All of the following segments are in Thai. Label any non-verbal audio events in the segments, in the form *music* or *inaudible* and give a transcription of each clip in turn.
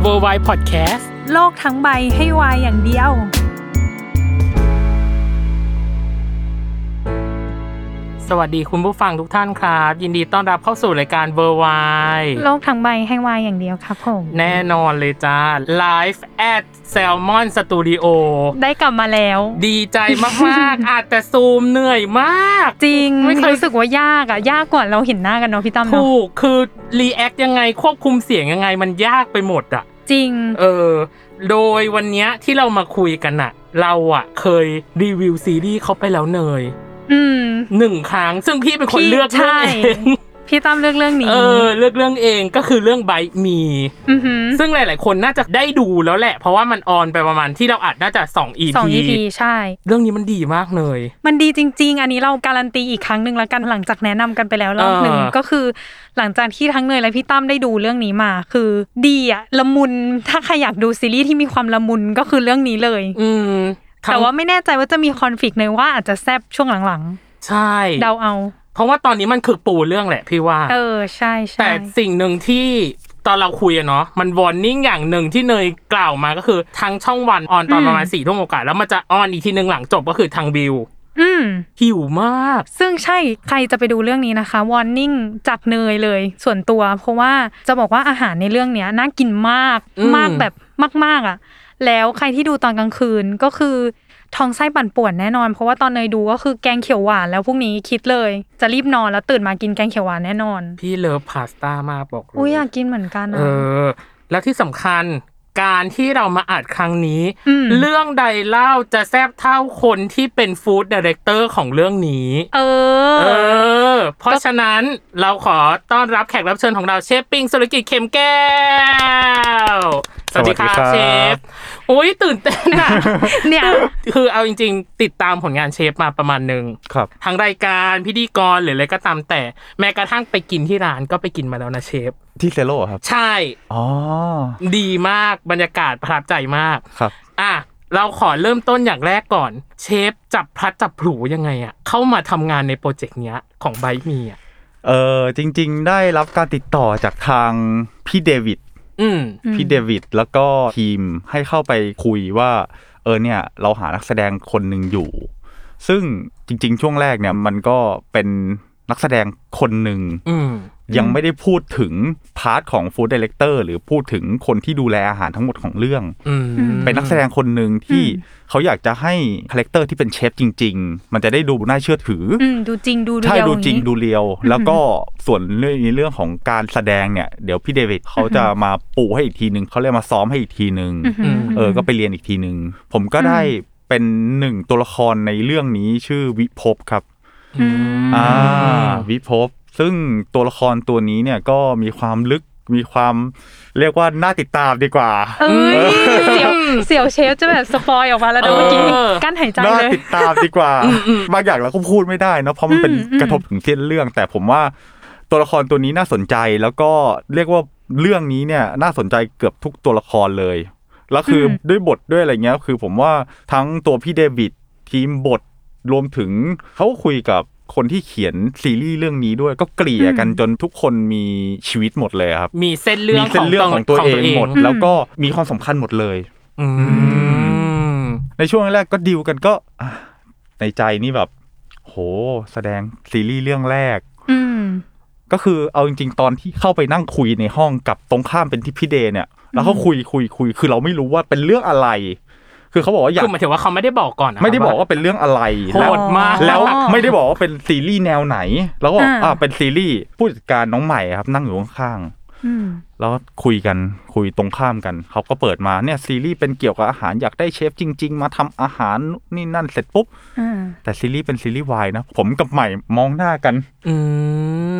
เวอร์ไวพอดแคสต์ โลกทั้งใบให้วายอย่างเดียว สวัสดีคุณผู้ฟังทุกท่านครับ ยินดีต้อนรับเข้าสู่รายการเวอร์ไว โลกทั้งใบให้วายอย่างเดียวครับผม แน่นอนเลยจ้า Live at Salmon Studio ได้กลับมาแล้ว ดีใจมาก ๆ อาจแต่ซูมเหนื่อยมาก จริง ไม่เคย รู้สึกว่ายากอ่ะ ยากกว่าเราเห็นหน้ากันเนาะพี่ตั้มเนาะ ถูกคือรีแอคยังไงควบคุมเสียงยังไงมันยากไปหมดอ่ะ จริง เออ โดยวันเนี้ยที่เรามาคุยกันอะเราอะเคยรีวิวซีรีส์เขาไปแล้วเนย อืม หนึ่งครั้ง ซึ่งพี่เป็นคน พี่ เลือกเรื่องเอง ใช่ พี่ตั้มเลือกเรื่องนี้ เออ เลือกเรื่องเองก็คือเรื่องไบมี อือหือ ซึ่งหลาย ๆ คนน่าจะได้ดูแล้วแหละ เพราะว่ามันออนไปประมาณที่เราอัดน่าจะ2 EP สอง EP ใช่ เรื่องนี้มันดีมากเลย มันดีจริง ๆ อันนี้เราการันตีอีกครั้งหนึ่งแล้วกันหลังจากแนะนำกันไปแล้วรอบหนึ่ง เออ ก็คือ หลังจากที่ทั้งเนยและพี่ตั้มได้ดูเรื่องนี้มา คือดีอะละมุนถ้าใครอยากดูซีรีส์ที่มีความละมุนก็คือเรื่องนี้เลย อืมทั้ง แต่ว่าไม่แน่ใจว่าจะมีคอนฟ lict ในว่าอาจจะแซบช่วงหลัง ใช่ ๆ เดาเอา เพราะว่าตอนนี้มันคือปูเรื่องแหละพี่ว่า เออ ใช่ใช่ แต่สิ่งหนึ่งที่ตอนเราคุยอะเนาะมันวอร์นิ่งอย่างหนึ่งที่เนยกล่าวมาก็คือทางช่องวันออนตอนประมาณสี่ทุ่มกว่าแล้วมันจะออนอีกทีหนึ่งหลังจบก็คือทางวิว อืม หิวมาก ซึ่งใช่ใครจะไปดูเรื่องนี้นะคะวอร์นิ่งจากเนยเลย ส่วนตัว เพราะว่าจะบอกว่าอาหารในเรื่องเนี้ยน่ากินมากมากแบบมาก ๆอ่ะ แล้วใครที่ดูตอนกลางคืนก็คือท้องไส้ปั่นป่วนแน่นอน เพราะว่าตอนเนยดูก็คือแกงเขียวหวานแล้วพรุ่งนี้คิดเลย จะรีบนอนแล้วตื่นมากินแกงเขียวหวานแน่นอน พี่เลิฟพาสต้ามากบอกเล อุ้ยอยาก ย กินเหมือนกัน เอ อ่ะ อ แล้วที่สำคัญการที่เรามาอัดครั้งนี้ อืม เรื่องใดเล่าจะแซบเท่าคนที่เป็นฟู้ดดีเรคเตอร์ของเรื่องนี้ เออ เออ เพราะฉะนั้นเราขอต้อนรับแขกรับเชิญของเราเชฟปิงสุรกิจเข็มแก้ว สวัสดีครับ สวัสดีครับ เชฟอุ้ยตื่นเต้นอะ เนี่ย คือเอาจริง ๆ ติดตามผลงานเชฟมาประมาณหนึ่ง ครับ ทั้งรายการพิธีกรหรืออะไรก็ตามแต่ แม้กระทั่งไปกินที่ร้านก็ไปกินมาแล้วนะเชฟ ที่เซโลเหรอครับ ใช่ อ๋อ ดีมากบรรยากาศประทับใจมาก ครับ อ่ะเราขอเริ่มต้นอย่างแรกก่อน เชฟจับพลัดจับผลูยังไงอะเข้ามาทำงานในโปรเจกต์เนี้ยของไบมีอะ เออจริง ๆ ได้รับการติดต่อจากทางพี่เดวิด อืม พี่เดวิดแล้วก็ทีมให้เข้าไปคุยว่า เออเนี่ยเราหานักแสดงคนหนึ่งอยู่ ซึ่งจริง ๆ ช่วงแรกเนี่ยมันก็เป็นนักแสดงคนหนึ่ง อืม ยังไม่ได้พูดถึงพาร์ทของฟู้ดดีเลกเตอร์หรือพูดถึงคนที่ดูแลอาหารทั้งหมดของเรื่อง อืม เป็นนักแสดงคนหนึ่งที่เขาอยากจะให้คาแรคเตอร์ที่เป็นเชฟจริง ๆ มันจะได้ดูน่าเชื่อถืออ อืมดูจริงดูเรียว ใช่ดูจริง อย่านี้ ดูเรียว แล้วก็ส่วนเรื่องในเรื่องของการแสดงเนี่ย เดี๋ยวพี่เดวิดเขาจะมาปูให้อีกทีหนึ่งเขาเรียกมาซ้อมให้อีกทีหนึ่ง อืม เออก็ไปเรียนอีกทีหนึ่งผมก็ได้เป็นหนึ่งตัวละครในเรื่องนี้ชื่อวิภพครับ อืม อ่าวิภพซึ่งตัวละครตัวนี้เนี่ยก็มีความลึกมีความเรียกว่าน่าติดตามดีกว่า เอ้ยเสียวเสียวเชฟจะแบบสปอยออกมาแล้วนะ เออ เมื่อกี้กั้นหายใจ น่า เลย ติดตามดีกว่า บางอย่างเราก็พูดไม่ได้เนอะเพราะมันเป็น อืม กระทบถึงเส้นเรื่อง แต่ผมว่าตัวละครตัวนี้น่าสนใจแล้วก็เรียกว่าเรื่องนี้เนี่ยน่าสนใจเกือบทุกตัวละครเลยแล้วคืออด้วยบทด้วยอะไรเงี้ยคือผมว่าทั้งตัวพี่เดวิดทีมบทรวมถึงเขาคุยกับคนที่เขียนซีรีส์เรื่องนี้ด้วยก็เกลี่ยกันจนทุกคนมีชีวิตหมดเลยครับ มีเส้นเรื่อง มีเส้นเรื่องของตัวเองหมด แล้วก็มีความสำคัญหมดเลย อืม ในช่วงแรกก็ดิวกันก็อ่ะในใจนี่แบบ โห แสดงซีรีส์เรื่องแรก อืม ก็คือเอาจริงๆ ตอนที่เข้าไปนั่งคุยในห้องกับตรงข้ามเป็นที่พี่เดย์เนี่ย แล้วเขาคุยคุยคุยคือเราไม่รู้ว่าเป็นเรื่องอะไร คือเขาบอกว่าอยา คื ก อหมายถึงว่าเขาไม่ได้บอกก่อนนะ ไม่ได้บอกว่าเป็นเรื่องอะไร โห แล้ว ดมาก แล้วไม่ได้บอกว่าเป็นซีรีส์แนวไหน แล้วก็ อ่า อ่าเป็นซีรีส์ผู้จัดการน้องใหม่ครับ นั่งอยู่ข้าง อืม ๆแล้วคุยกันคุยตรงข้ามกัน เขาก็เปิดมาเนี่ยซีรีส์เป็นเกี่ยวกับอาหารอยากได้เชฟจริง ๆ มาทำอาหารนี่นั่นเสร็จปุ๊บ อ่า แต่ซีรีส์เป็นซีรีส์วายนะ ผมกับใหม่มองหน้ากัน อื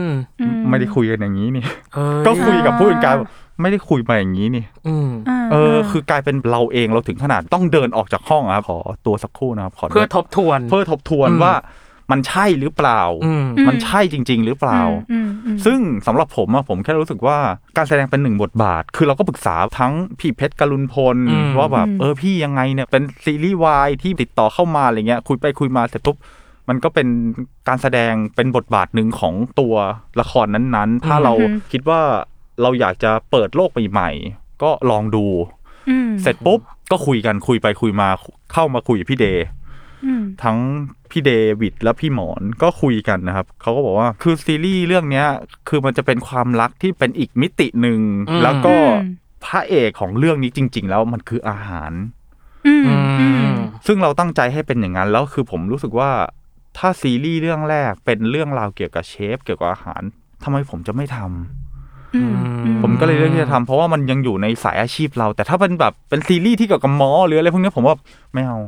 ม อื ไม่ได้คุยกันอย่างนี้นี่ เอ้ย ก็คุยกับผู้จัดการแบบไม่ได้คุยมาอย่างนี้นี่ อืม า เออ คือกลายเป็นเราเองเราถึงขนาดต้องเดินออกจากห้องอะครับขอตัวสักครู่นะครับขอ เพื่อทบทวน เพื่อทบทวน อืม ว่ามันใช่หรือเปล่า อืม มันใช่จริง ๆ หรือเปล่า อืมอืม ซึ่งสำหรับผมอะผมแค่รู้สึกว่าการแสดงเป็นหนึ่งบทบาท คือเราก็ปรึกษาทั้งพี่เพชรกรุณพล อืม ว่าแบบเออพี่ยังไงเนี่ยเป็นซีรีส์วายที่ติดต่อเข้ามาอะไรเงี้ยคุยไปคุยมาเสร็จปุ๊บมันก็เป็นการแสดงเป็นบทบาทหนึ่งของตัวละครนั้นๆ ถ้าเราคิดว่าเราอยากจะเปิดโลกใหม่ๆก็ลองดู อืม เสร็จปุ๊บก็คุยกันคุยไปคุยมาเข้ามาคุยกับพี่เดย์ อืม ทั้งพี่เดวิดและพี่หมอนก็คุยกันนะครับ เขาก็บอกว่าคือซีรีส์เรื่องเนี้ยคือมันจะเป็นความรักที่เป็นอีกมิติหนึ่ง อืม แล้วก็ อืม พระเอกของเรื่องนี้จริง ๆ แล้วมันคืออาหาร อืม อื อืม ม ซึ่งเราตั้งใจให้เป็นอย่างนั้น แล้วคือผมรู้สึกว่าถ้าซีรีส์เรื่องแรกเป็นเรื่องราวเกี่ยวกับเชฟเกี่ยวกับอาหารทำไมผมจะไม่ทำ อืมอืม ผมก็เลยเลือกที่จะทำเพราะว่ามันยังอยู่ในสายอาชีพเรา แต่ถ้าเป็นแบบเป็นซีรีส์ที่เกี่ยวกับหมอหรืออะไรพวกเนี้ยผมว่าไม่เอา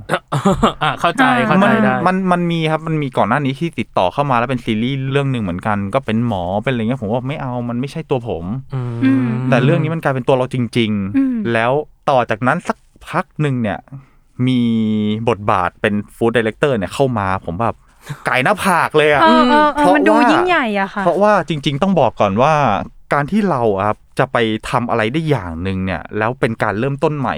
อ่ะเข้าใจเข้าใจ มัน ได้ มันมันมีครับ มันมีก่อนหน้านี้ที่ติดต่อเข้ามาแล้วเป็นซีรีส์เรื่องหนึ่งเหมือนกัน ก็เป็นหมอเป็นอะไรเงี้ยผมว่าไม่เอามันไม่ใช่ตัวผม อืม แต่เรื่องนี้มันกลายเป็นตัวเราจริง ๆ แล้วต่อจากนั้นสักพักหนึ่งเนี่ย มีบทบาทเป็นฟู้ดดีเลกเตอร์เนี่ยเข้ามาผม *laughs* แบบไก่หน้าผากเลยอะ เออเออเออมันดู ว่า ยิ่งใหญ่อะค่ะ เพราะว่าจริง ๆ ต้องบอกก่อนว่า การที่เราอะครับจะไปทำอะไรได้อย่างหนึ่งเนี่ย แล้วเป็นการเริ่มต้นใหม่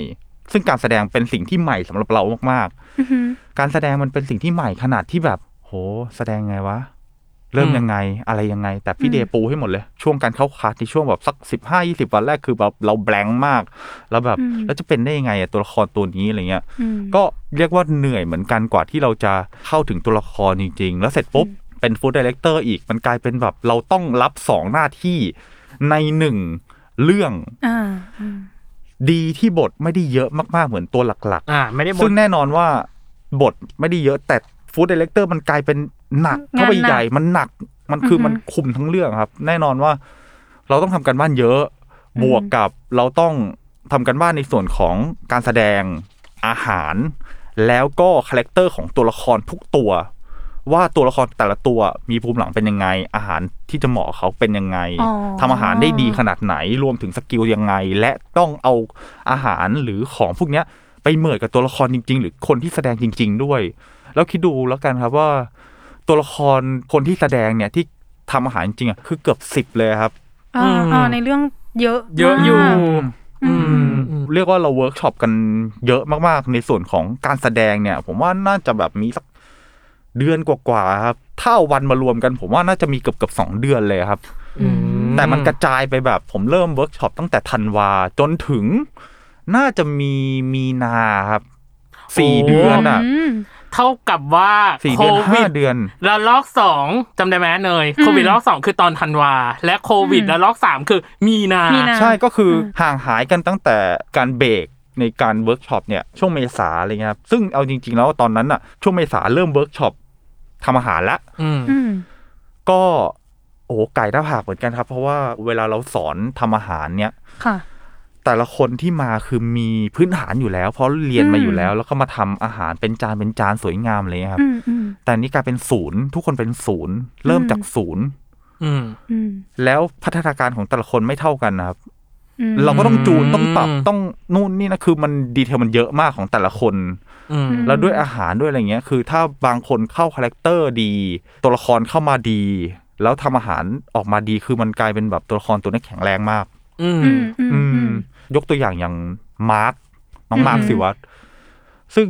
ซึ่งการแสดงเป็นสิ่งที่ใหม่สำหรับเรามากๆ อือหือ การแสดงมันเป็นสิ่งที่ใหม่ขนาดที่แบบ โห แสดงไงวะ เริ่ม อืม ยังไงอะไรยังไง แต่พี่ อืม เดย์ปูให้หมดเลย ช่วงการเข้าคลาสในช่วงแบบสักสิบห้ายี่สิบวันแรกคือแบบเราแบงค์มาก แล้วแบบแล้วจะเป็นได้ยังไงอะตัวละครตัวนี้อะไรเงี้ย อืม ก็เรียกว่าเหนื่อยเหมือนกันกว่าที่เราจะเข้าถึงตัวละครจริง ๆ แล้วเสร็จปุ๊บ เป็นฟู้ดดีเลกเตอร์อีกมันกลายเป็นแบบเราต้องรับสองหน้าที่ในหนึ่งเรื่อง อ่า ดีที่บทไม่ได้เยอะมากๆเหมือนตัวหลักๆ อ่า ไม่ได้บ ซึ่ น งแน่นอนว่าบทไม่ได้เยอะแต่ฟู้ด d ดเ e กเตอร์มันกลายเป็นหนัก งานหนัก เข้าไปใหญ่มันหนักมันคืออ อฮึ มันคุมทั้งเรื่องครับ แน่นอนว่าเราต้องทำการบ้านเยอะ บวกกับเราต้องทำการบ้านในส่วนของการแสดงอาหาร แล้วก็คาแรคเตอร์ของตัวละครทุกตัว ว่าตัวละครแต่ละตัวมีภูมิหลังเป็นยังไง อาหารที่จะเหมาะเขาเป็นยังไง อ๋อ ทำอาหารได้ดีขนาดไหนรวมถึงสกิลยังไง และต้องเอาอาหารหรือของพวกเนี้ย ไปเหมือนกับตัวละครจริง ๆ หรือคนที่แสดงจริง ๆ ด้วย แล้วคิดดูแล้วกันครับว่า ตัวละครคนที่แสดงเนี่ยที่ทำอาหารจริงอ่ะคือเกือบสิบเลยครับ อ่า อืม อ่าในเรื่องเยอะ เยอะอยู่ มาก อืม เรียกว่าเราเวิร์กช็อปกันเยอะมากๆ ในส่วนของการแสดงเนี่ย ผมว่าน่าจะแบบมีสักเดือนกว่าๆครับถ้าเอาวันมารวมกัน ผมว่าน่าจะมีเกือบเกือบๆสองเดือนเลยครับ อืม แต่มันกระจายไปแบบผมเริ่มเวิร์กช็อปตั้งแต่ธันวาจนถึง น่าจะมีมีนาครับสี่เดือนอ่ะ ม เท่ากับว่า สี่ โค เดือน วิ ห้า ด เดือน ระลอกสองจำได้ไหมเนยโควิดระลอกสองคือตอนธันวา และโควิดระลอกสามคือมีนาม มีนะ ใช่ก็คืออ ม ห่างหายกันตั้งแต่การเบรกในการเวิร์กช็อปเนี่ยช่วงเมษาอะไรเงี้ยครับซึ่งเอาจริง ๆ แล้วตอนนั้นอะช่วงเมษาเริ่มเวิร์กช็อปทำอาหารละ อืม อืม ก็โอ้โหไก่หน้าผากเหมือนกันครับ เพราะว่าเวลาเราสอนทำอาหารเนี่ย ค่ะ แต่ละคนที่มาคือมีพื้นฐานอยู่แล้ว เพราะเรียนมา อืม อยู่แล้ว แล้วก็มาทำอาหารเป็นจานเป็นจานสวยงามอะไรเลยครับ อืมอืม แต่อันนี่กลายเป็นศูนย์ทุกคนเป็นศูนย์เริ่ม อืม จากศูนย์ อืม อืม แล้วพัฒนาการของแต่ละคนไม่เท่ากันนะครับ อืม เราก็ต้องจูนต้องปรับ อืม ต้องนู่นนี่นะคือมันดีเทลมันเยอะมากของแต่ละคน อืม แล้วด้วยอาหารด้วยอะไรเงี้ย คือถ้าบางคนเข้าคาแรคเตอร์ดี ตัวละครเข้ามาดี แล้วทำอาหารออกมาดีคือมันกลายเป็นแบบตัวละครตัวนี้แข็งแรงมาก อืม อืม ยกตัวอย่างอย่างมาร์คน้องมาร์ค อืม สิวัตรซึ่ง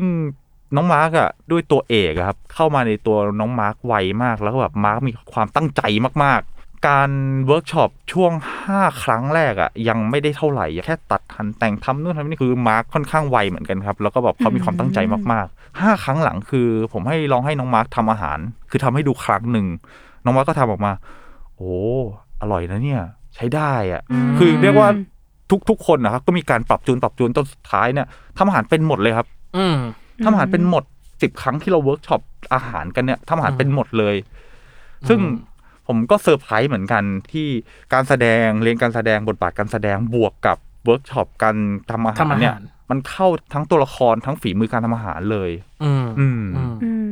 น้องมาร์คอะด้วยตัวเอกอะครับ เข้ามาในตัวน้องมาร์คไวมากแล้วก็แบบมาร์คมีความตั้งใจมากๆ การเวิร์กช็อปช่วง 5 ครั้งแรกอะยังไม่ได้เท่าไหร่แค่ตัดทันแต่งทำนู่นทำนี่คือมาร์คค่อนข้างไวเหมือนกันครับ แล้วก็แบบเขามีความตั้งใจมากๆ 5 ครั้งหลังคือ ผมให้ลองให้น้องมาร์คทำอาหาร คือทำให้ดูครั้งหนึ่ง น้องมาร์คก็ทำออกมา โอ้อร่อยนะเนี่ย ใช้ได้อะ คือเรียกว่าทุกๆคนนะครับก็มีการปรับจูนปรับจูนจนสุดท้ายเนี่ยทำอาหารเป็นหมดเลยครับ อืม ทำอาหารเป็นหมดสิบครั้งที่เราเวิร์กช็อปอาหารกันเนี่ยทำอาหารเป็นหมดเลย ซึ่งผมก็เซอร์ไพรส์เหมือนกันที่การแสดงเรียนการแสดงบทบาทการแสดงบวกกับเวิร์กช็อปการทำอาหาร ทำอาหาร เนี่ยมันเข้าทั้งตัวละครทั้งฝีมือการทำอาหารเลย อืม อืม อืม อืม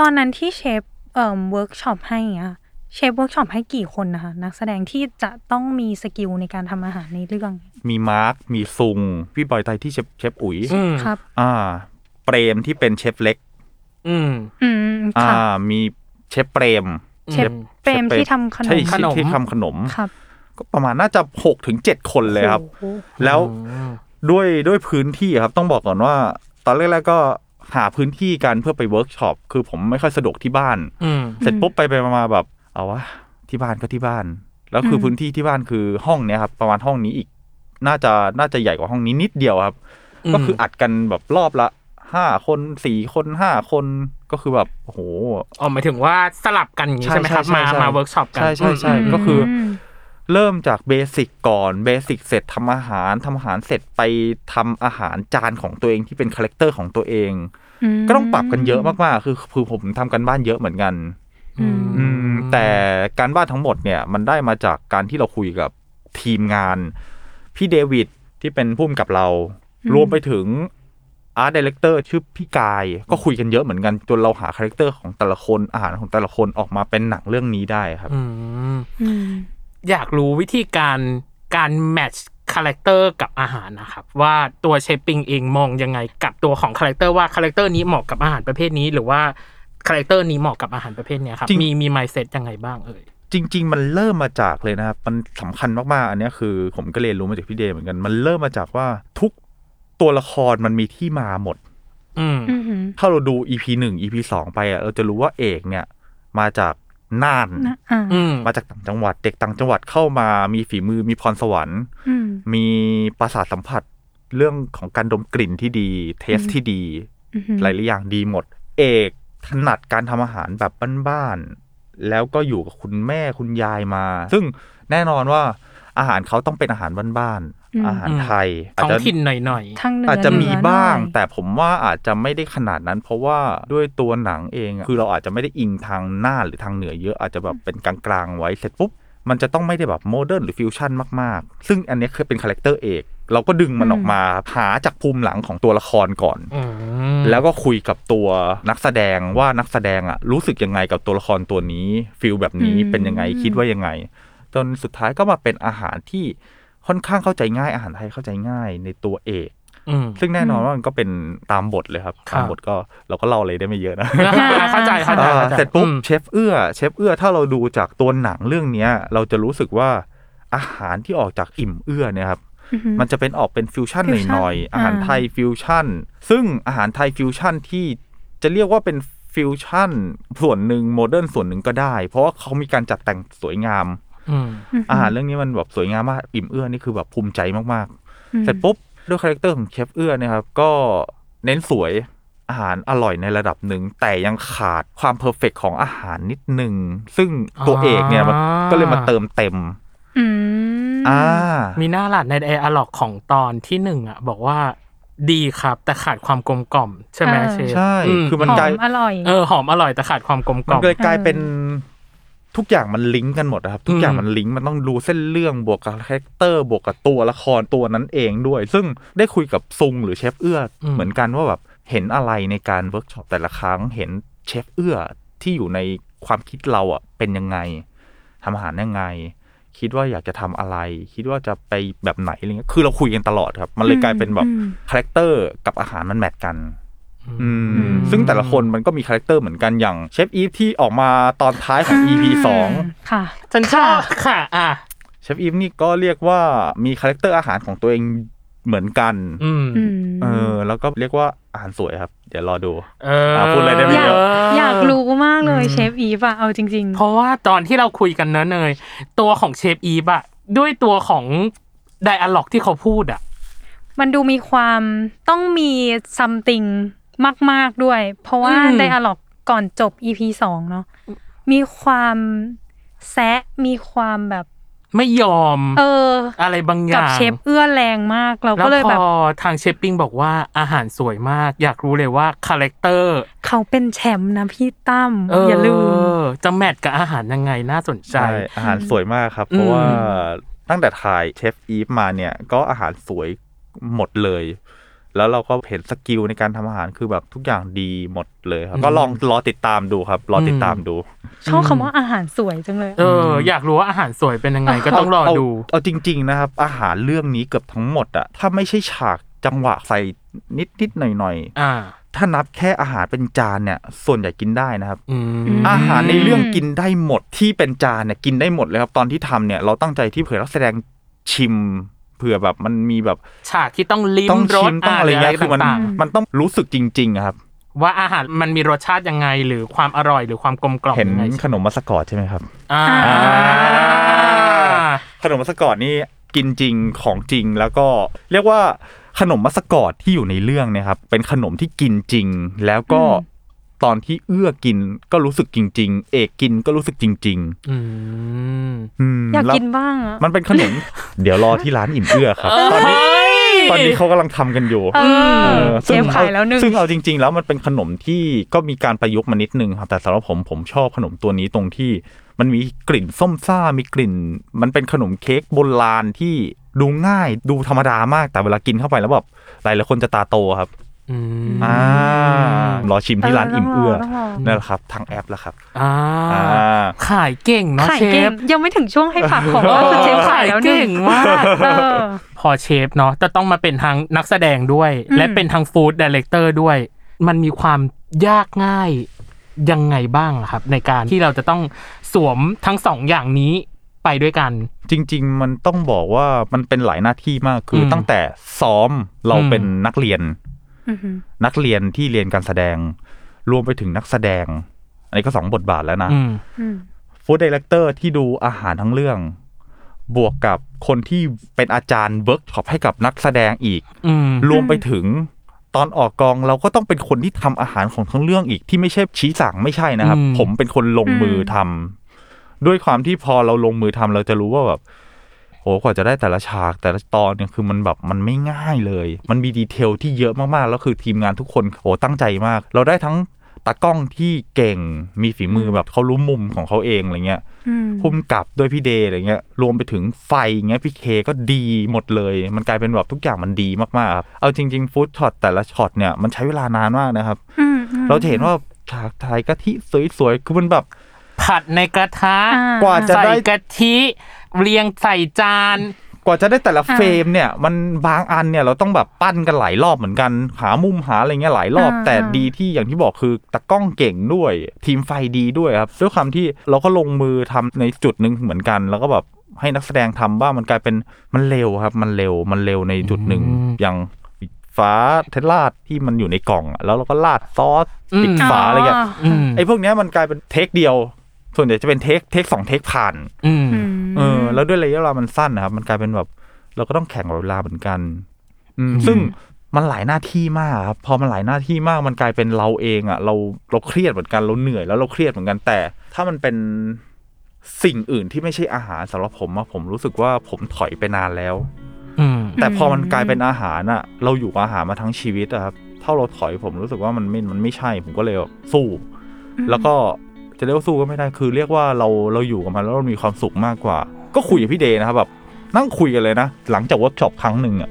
ตอนนั้นที่เชฟเอ่อเวิร์กช็อปให้อะเชฟเวิร์กช็อปให้กี่คนนะคะ นักแสดงที่จะต้องมีสกิลในการทำอาหารในเรื่อง มีมาร์ค มีซุง พี่บอยไทยที่เชฟเชฟอุ๋ย อืม ครับ อ่า เปรมที่เป็นเชฟเล็ก อืม อืม อ่า ค่ะ มีเชฟเปรม เชฟเปรมที่ทำขนม ใช่ ขนม ที่ทำขนม ครับ ก็ประมาณน่าจะหกถึงเจ็ดคนเลยครับ โอ้โห แล้ว อืม ด้วยด้วยพื้นที่ครับต้องบอกก่อนว่า ตอนแรกๆก็หาพื้นที่กันเพื่อไปเวิร์กช็อปคือผมไม่ค่อยสะดวกที่บ้าน อืม เสร็จปุ๊บไปไปมาๆแบบ เอาวะที่บ้านก็ที่บ้าน แล้วคือพื้นที่ที่บ้านคือห้องเนี้ยครับ ประมาณห้องนี้อีก น่าจะน่าจะใหญ่กว่าห้องนี้นิดเดียวครับ อืม ก็คืออัดกันแบบรอบละห้าคนสี่คนห้าคนก็คือแบบโอ้โห อ๋อหมายถึงว่าสลับกันอย่างนี้ใช่ไหมครับ มา มาเวิร์กช็อปกัน ใช่ใช่ใช่ อืม ก็คือ ม เริ่มจากเบสิกก่อนเบสิกเสร็จทำอาหารทำอาหารเสร็จไปทำอาหารจานของตัวเองที่เป็นคาแรคเตอร์ของตัวเอง ก็ต้องปรับกันเยอะมากๆ คือคือผมทำกันบ้านเยอะเหมือนกัน อืม อืมแต่การบ้านทั้งหมดเนี่ยมันได้มาจากการที่เราคุยกับทีมงาน พี่เดวิดที่เป็นผู้กำกับเรา รวมไปถึงอาร์ตดีเลกเตอร์ชื่อพี่กาย ก็คุยกันเยอะเหมือนกันจนเราหาคาแรคเตอร์ของแต่ละคนอาหารของแต่ละคนออกมาเป็นหนังเรื่องนี้ได้ครับ อืม อยากรู้วิธีการการแมทช์คาแรคเตอร์กับอาหารนะครับ ว่าตัวเชฟปิงเองมองยังไงกับตัวของคาแรคเตอร์ว่าคาแรคเตอร์นี้เหมาะกับอาหารประเภทนี้ หรือว่าคาแรคเตอร์นี้เหมาะกับอาหารประเภทเนี้ยครับ จริง มีมีไมเซ็ตยังไงบ้างเอ่ย จริง ๆ มันเริ่มมาจากเลยนะครับ มันสำคัญมาก ๆ อันเนี้ยคือ ผมก็เรียนรู้มาจากพี่เดย์เหมือนกัน มันเริ่มมาจากว่าทุกตัวละครมันมีที่มาหมด อืม ถ้าเราดู EP หนึ่ง EP สองไปอ่ะเราจะรู้ว่าเอกเนี่ย มาจากน่าน นะอ่า อืม มาจากต่างจังหวัด เด็กต่างจังหวัดเข้ามามีฝีมือมีพรสวรรค์ อืม มีประสาทสัมผัสเรื่องของการดมกลิ่นที่ดี เทสที่ดี อือหือ หลายๆอย่างดีหมด เอกถนัดการทำอาหารแบบบ้านๆแล้วก็อยู่กับคุณแม่คุณยายมา ซึ่งแน่นอนว่าอาหารเขาต้องเป็นอาหารบ้านๆอาหารไทย ท้อง จะ ถิ่นหน่อย ทางเหนือ อา อา จจะมีบ้าง แต่ผมว่าอาจจะไม่ได้ขนาดนั้น เพราะว่าด้วยตัวหนังเองอะคือเราอาจจะไม่ได้อิงทางหน้านหรือทางเหนือเยอะอาจจะแบบเป็นกลางๆไว้เสร็จปุ๊บ มันจะต้องไม่ได้แบบโมเดิร์นหรือฟิวชั่นมากๆ ซึ่งอันเนี้ยคือเป็นคาแรคเตอร์เอกเราก็ดึงมันออกมาหาจากภูมิหลังของตัวละครก่อน ๆ อืม แล้วก็คุยกับตัวนักแสดงว่านักแสดงอะรู้สึกยังไงกับตัวละครตัวนี้ฟิลแบบนี้เป็นยังไงคิดว่ายังไง จนสุดท้ายก็มาเป็นอาหารที่ค่อนข้างเข้าใจง่าย อาหารไทยเข้าใจง่ายในตัวเอก อืม ซึ่งแน่นอนว่ามันก็เป็นตามบทเลยครับ ครับ ตามบทก็เราก็เล่าอะไรได้ไม่เยอะนะ เข้าใจเข้าใจ อ่า ข้าใจ เสร็จปุ๊บ อืม เชฟเอื้อเชฟเอื้อถ้าเราดูจากตัวหนังเรื่องเนี้ย เราจะรู้สึกว่าอาหารที่ออกจากอิ่มเอื้อเนี่ยครับ อือหือ มันจะเป็นออกเป็นฟิวชั่น ฟิวชั่น หน่อยๆอาหาร อ่า ไทยฟิวชั่น ซึ่งอาหารไทยฟิวชั่นที่จะเรียกว่าเป็นฟิวชั่นส่วนหนึ่งโมเดิร์นส่วนหนึ่งก็ได้ เพราะว่าเขามีการจัดแต่งสวยงาม อืม อาหารเรื่องนี้มันแบบสวยงามมากอิ่มเอื้อนี่คือแบบภูมิใจมากๆ เสร็จปุ๊บด้วยคาแรคเตอร์ของเชฟเอื้อเนะครับ ก็เน้นสวยอาหารอร่อยในระดับหนึ่ง แต่ยังขาดความเพอร์เฟกของอาหารนิดนึง ซึ่งตัวเอกเนี่ยมัน อ่า ก็เลยมาเติมเต็ม อืม อ่า มีหน้าหลัดในไออะล็อกของตอนที่หนึ่งอ่ะ บอกว่าดีครับ แต่ขาดความกลมกล่อม ใช่ไหมเชฟ ใช่ ม คือ ห มัน อ ไกล มอร่อย เออหอมอร่อยแต่ขาดความกลมก มัน ล่อม ก็เลยกลายเป็นทุกอย่างมันลิงก์กันหมดนะครับ ทุกอย่าง อืม มันลิงก์มันต้องดูเส้นเรื่องบวกกับคาแรคเตอร์บวกกับตัวละครตัวนั้นเองด้วย ซึ่งได้คุยกับซุงหรือเชฟเอื้ออเหมือนกันว่าแบบเห็นอะไรในการเวิร์กช็อปแต่ละครั้ง เห็นเชฟเอื้อที่อยู่ในความคิดเราอ่ะเป็นยังไงทำอาหารยังไง คิดว่าอยากจะทำอะไร คิดว่าจะไปแบบไหนอะไรเงี้ยคือเราคุยกันตลอดครับ มันเลยกลายเป็นแบบ อืม คาแรคเตอร์กับอาหารมันแมทกัน อืมซึ่งแต่ละคนมันก็มีคาแรคเตอร์เหมือนกันอย่างเชฟอีฟที่ออกมาตอนท้ายของ EP สอง ค่ะ ฉันชอบค่ะ อ่ะ เชฟอีฟนี่ก็เรียกว่ามีคาแรคเตอร์อาหารของตัวเอง เหมือนกัน อืม อืม เออ แล้วก็เรียกว่าอ่านสวยครับ เดี๋ยวรอดู เออ พูดอะไรได้ไม่ อยา เะ ก อ อยากรู้มากเลยเชฟอีฟอะเอาจริง เพราะว่าตอนที่เราคุยกันเนอะเนยตัวของเชฟอีบอะด้วยตัวของไดอะล็อกที่เขาพูดอะ ๆ มันดูมีความต้องมี something มาก ๆ ด้วย เพราะว่า อืม ไดอะล็อกก่อนจบ EP สองเนาะมีความแซะมีความแบบ ไม่ยอม เออ อะไรบางอ กับ ย่าง เชฟเอื้อแรงมากเรา แล้ว ก็เลย พ แบบ อทางเชฟปิงบอกว่าอาหารสวยมาก อยากรู้เลยว่าคาแรคเตอร์ เขาเป็นแชมป์นะพี่ตั้ม เออ อย่าลืม จะแมทกับอาหารยังไงน่าสนใจ อาหารสวยมากครับ อืม เพราะว่าตั้งแต่ถ่ายเชฟอีฟมาเนี่ย ก็อาหารสวยหมดเลย แล้วเราก็เห็นสกิลในการทำอาหารคือแบบทุกอย่างดีหมดเลยครับ ก็ลองรอติดตามดูครับ รอติดตามดู ชอบคำว่าอาหารสวยจังเลย เออ อยากรู้ว่าอาหารสวยเป็นยังไงก็ต้องรอ เา ดู เอาเอาจริง ๆ นะครับ อาหารเรื่องนี้เกือบทั้งหมดอะถ้าไม่ใช่ฉากจังหวะใส่นิดนิดๆหน่อยหน่อยๆ อ่า ถ้านับแค่อาหารเป็นจานเนี่ย ส่วนใหญ่กินได้นะครับ อืม อาหารในเรื่องกินได้หมดที่เป็นจานเนี่ยกินได้หมดเลยครับ ตอนที่ทำเนี่ยเราตั้งใจที่เผื่อนักแสดงชิม เผื่อแบบมันมีแบบ ฉากที่ต้องลิ้ม ต้อง ร ชิ ส มต้องอะไรเงี้ยคือมัน ต่าง มันต้องรู้สึกจริงๆอะครับ ๆว่าอาหารมันมีรสชาติยังไง หรือความอร่อยหรือความกลมกล่อม เห็น ยังไง ขนมมัสกอดใช่ไหมครับ อ่า อ่า ขนมมัสกอดนี่กินจริงของจริงแล้วก็เรียกว่าขนมมัสกอดที่อยู่ในเรื่องเนี่ยครับเป็นขนมที่กินจริง แล้วก็ตอนที่เอื้อกินก็รู้สึกจริง ๆ เอกกินก็รู้สึกจริง อืม ๆ อืม อยาก แล้ว กินบ้างอะ มันเป็นขนม เดี๋ยวรอที่ร้านอิ่มเอื้อครับตอนนี้ตอนนี้เขากำลังทำกันอยู่ เออ เออ เช ซึ่ง ฟขายแล้วหนึ่ง ซึ่งเอาจริง ๆ แล้วมันเป็นขนมที่ก็มีการประยุกต์มานิดนึงครับ แต่สำหรับผมผมชอบขนมตัวนี้ตรงที่ มันมีกลิ่นส้มซ่ามีกลิ่น มันเป็นขนมเค้กโบราณที่ดูง่ายดูธรรมดามากแต่เวลากินเข้าไปแล้วแบบหลายหลายๆคนจะตาโตครับ อืม อ่ารอชิมที่ร้านอิ่มเอื้อ ต้งรต้งร นั่นแหละครับทางแอปแหละครับ อ่า อ่า ขายเก่งเนาะ ขาย เช เก่ง ฟ ยังไม่ถึงช่วงให้ฝากของว่าเชฟขายแล้วหนึ่ เก่ ง งมาก เออ พอเชฟเนาะจะต้องมาเป็นทางนักแสดงด้วย อืม และเป็นทางฟู้ดดีเลกเตอร์ด้วย มันมีความยากง่ายยังไงบ้างอะครับ ในการที่เราจะต้องสวมทั้งสองอย่างนี้ไปด้วยกัน จริง ๆ มันต้องบอกว่ามันเป็นหลายหน้าที่มากคืออ ม ตั้งแต่ซ้อมเรา อืม เป็นนักเรียน อือหือ นักเรียนที่เรียนการแสดง รวมไปถึงนักแสดง อันนี้ก็สองบทบาทแล้วนะ อืม อืม ฟู้ดดีเลกเตอร์ที่ดูอาหารทั้งเรื่อง บวกกับคนที่เป็นอาจารย์เวิร์กช็อปให้กับนักแสดงอีก อืม รวมไปถึงตอนออกกองเราก็ต้องเป็นคนที่ทำอาหารของทั้งเรื่องอีกที่ไม่ใช่ชี้สั่งไม่ใช่นะครับ อืม ผมเป็นคนลงมืออ ม ทำด้วยความที่พอเราลงมือทำเราจะรู้ว่าแบบโหกว่าจะได้แต่ละฉากแต่ละตอนเนี่ยคือมันแบบมันไม่ง่ายเลย มันมีดีเทลที่เยอะมากๆ แล้วคือทีมงานทุกคนโหตั้งใจมาก เราได้ทั้งตากล้องที่เก่งมีฝีมือแบบเขารู้มุมของเขาเองอะไรเงี้ย อืม พุ่มกับด้วยพี่เดย์อะไรเงี้ยรวมไปถึงไฟเงี้ยพี่เคก็ดีหมดเลย มันกลายเป็นแบบทุกอย่างมันดีมากๆครับเอาจริงๆฟู้ดช็อตแต่ละช็อตเนี่ยมันใช้เวลานานมากนะครับ อืมอืม เราจะเห็นว่าฉากถ่ายกะทิสวยๆคือมันแบบ ผัดในกระทะ อ่าก ว่าจะ ใส่ ได้ กะทิเรียงใส่จาน กว่าจะได้แต่ละเฟรมเนี่ย มันบางอันเนี่ยเราต้องแบบปั้นกันหลายรอบเหมือนกัน หามุมหาอะไรเงี้ยหลายรอบ แต่ดีที่อย่างที่บอกคือตากล้องเก่งด้วย ทีมไฟดีด้วยครับด้วยความที่เราก็ลงมือทำในจุดหนึ่งเหมือนกัน แล้วก็แบบให้นักแสดงทำบ้างมันกลายเป็นมันเร็วครับ มันเร็วมันเร็วในจุดหนึ่ง อืม อย่างปิดฝาเทสลาดที่มันอยู่ในกล่องอะแล้วเราก็ลาดซอส อืม ปิดฝาอะไรเงี้ย อืม ไอ้พวกเนี้ยมันกลายเป็นเทคเดียว ส่วนใหญ่จะเป็นเทคเทคสองเทคผ่าน อืม อืม เออ แล้วด้วยระยะเวลามันสั้นนะครับ มันกลายเป็นแบบ เราก็ต้องแข่งกับเวลาเหมือนกัน อืม ซึ่งมันหลายหน้าที่มากครับ พอมันหลายหน้าที่มาก มันกลายเป็นเราเองอ่ะ เราเราเครียดเหมือนกัน เราเหนื่อยแล้วเราเครียดเหมือนกัน แต่ ถ้ามันเป็นสิ่งอื่นที่ไม่ใช่อาหารสำหรับผมอะผมรู้สึกว่าผมถอยไปนานแล้ว อืม แต่พอมันกลายเป็นอาหารอะเราอยู่กับอาหารมาทั้งชีวิตอะครับถ้าเราถอยผมรู้สึกว่ามันไม่มันไม่ใช่ ผมก็เลยแบบสู้ แล้วก็จะเรียกว่าสู้ก็ไม่ได้คือ เรียกว่าเราเราอยู่กับมันแล้วเรามีความสุขมากกว่า ก็คุยกับพี่เดย์นะครับแบบนั่งคุยกันเลยนะ หลังจากเวิร์กช็อปครั้งหนึ่งอะ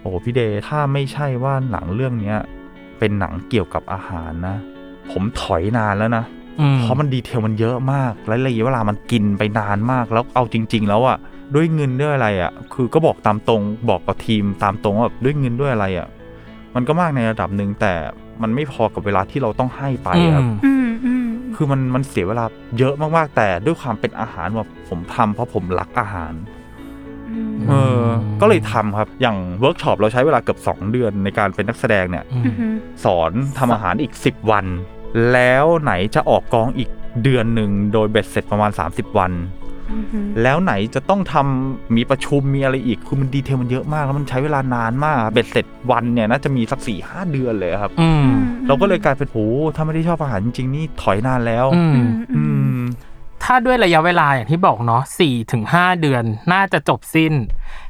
โอ้โหพี่เดย์ถ้าไม่ใช่ว่าหนังเรื่องเนี้ยเป็นหนังเกี่ยวกับอาหารนะ ผมถอยนานแล้วนะ อืม เพราะมันดีเทลมันเยอะมากและระยะเวลามันกินไปนานมาก แล้วเอาจริง ๆ แล้วอะด้วยเงินด้วยอะไรอะคือก็บอกตามตรงบอกกับทีมตามตรงว่าแบบด้วยเงินด้วยอะไรอะมันก็มากในระดับหนึ่งแต่มันไม่พอกับเวลาที่เราต้องให้ไป อื ครับ ม อืมอืม คือมันมันเสียเวลาเยอะมากๆแต่ด้วยความเป็นอาหารแบบผมทำเพราะผมรักอาหาร อืม เออก็เลยทำครับอย่างเวิร์กช็อปเราใช้เวลาเกือบ2 เดือนในการเป็นนักแสดงเนี่ย อืม อือหือ สอนทำอาหารอีก 10 วัน แล้วไหนจะออกกองอีกเดือนหนึ่งโดยเบ็ดเสร็จประมาณ 30 วัน อือหือ แล้วไหนจะต้องทำมีประชุมมีอะไรอีกคือมันดีเทลมันเยอะมาก แล้วมันใช้เวลานานมากเบ็ดเสร็จวันเนี่ยน่าจะมีสัก4ี่ห้าเดือนเลยครับ อืม เราก็เลยกลายเป็นโหถ้าไม่ได้ชอบอาหารจริงๆนี่ถอยนานแล้ว อืม อืม ถ้าด้วยระยะเวลาอย่างที่บอกเนาะสี่ถึงห้าเดือนน่าจะจบสิ้น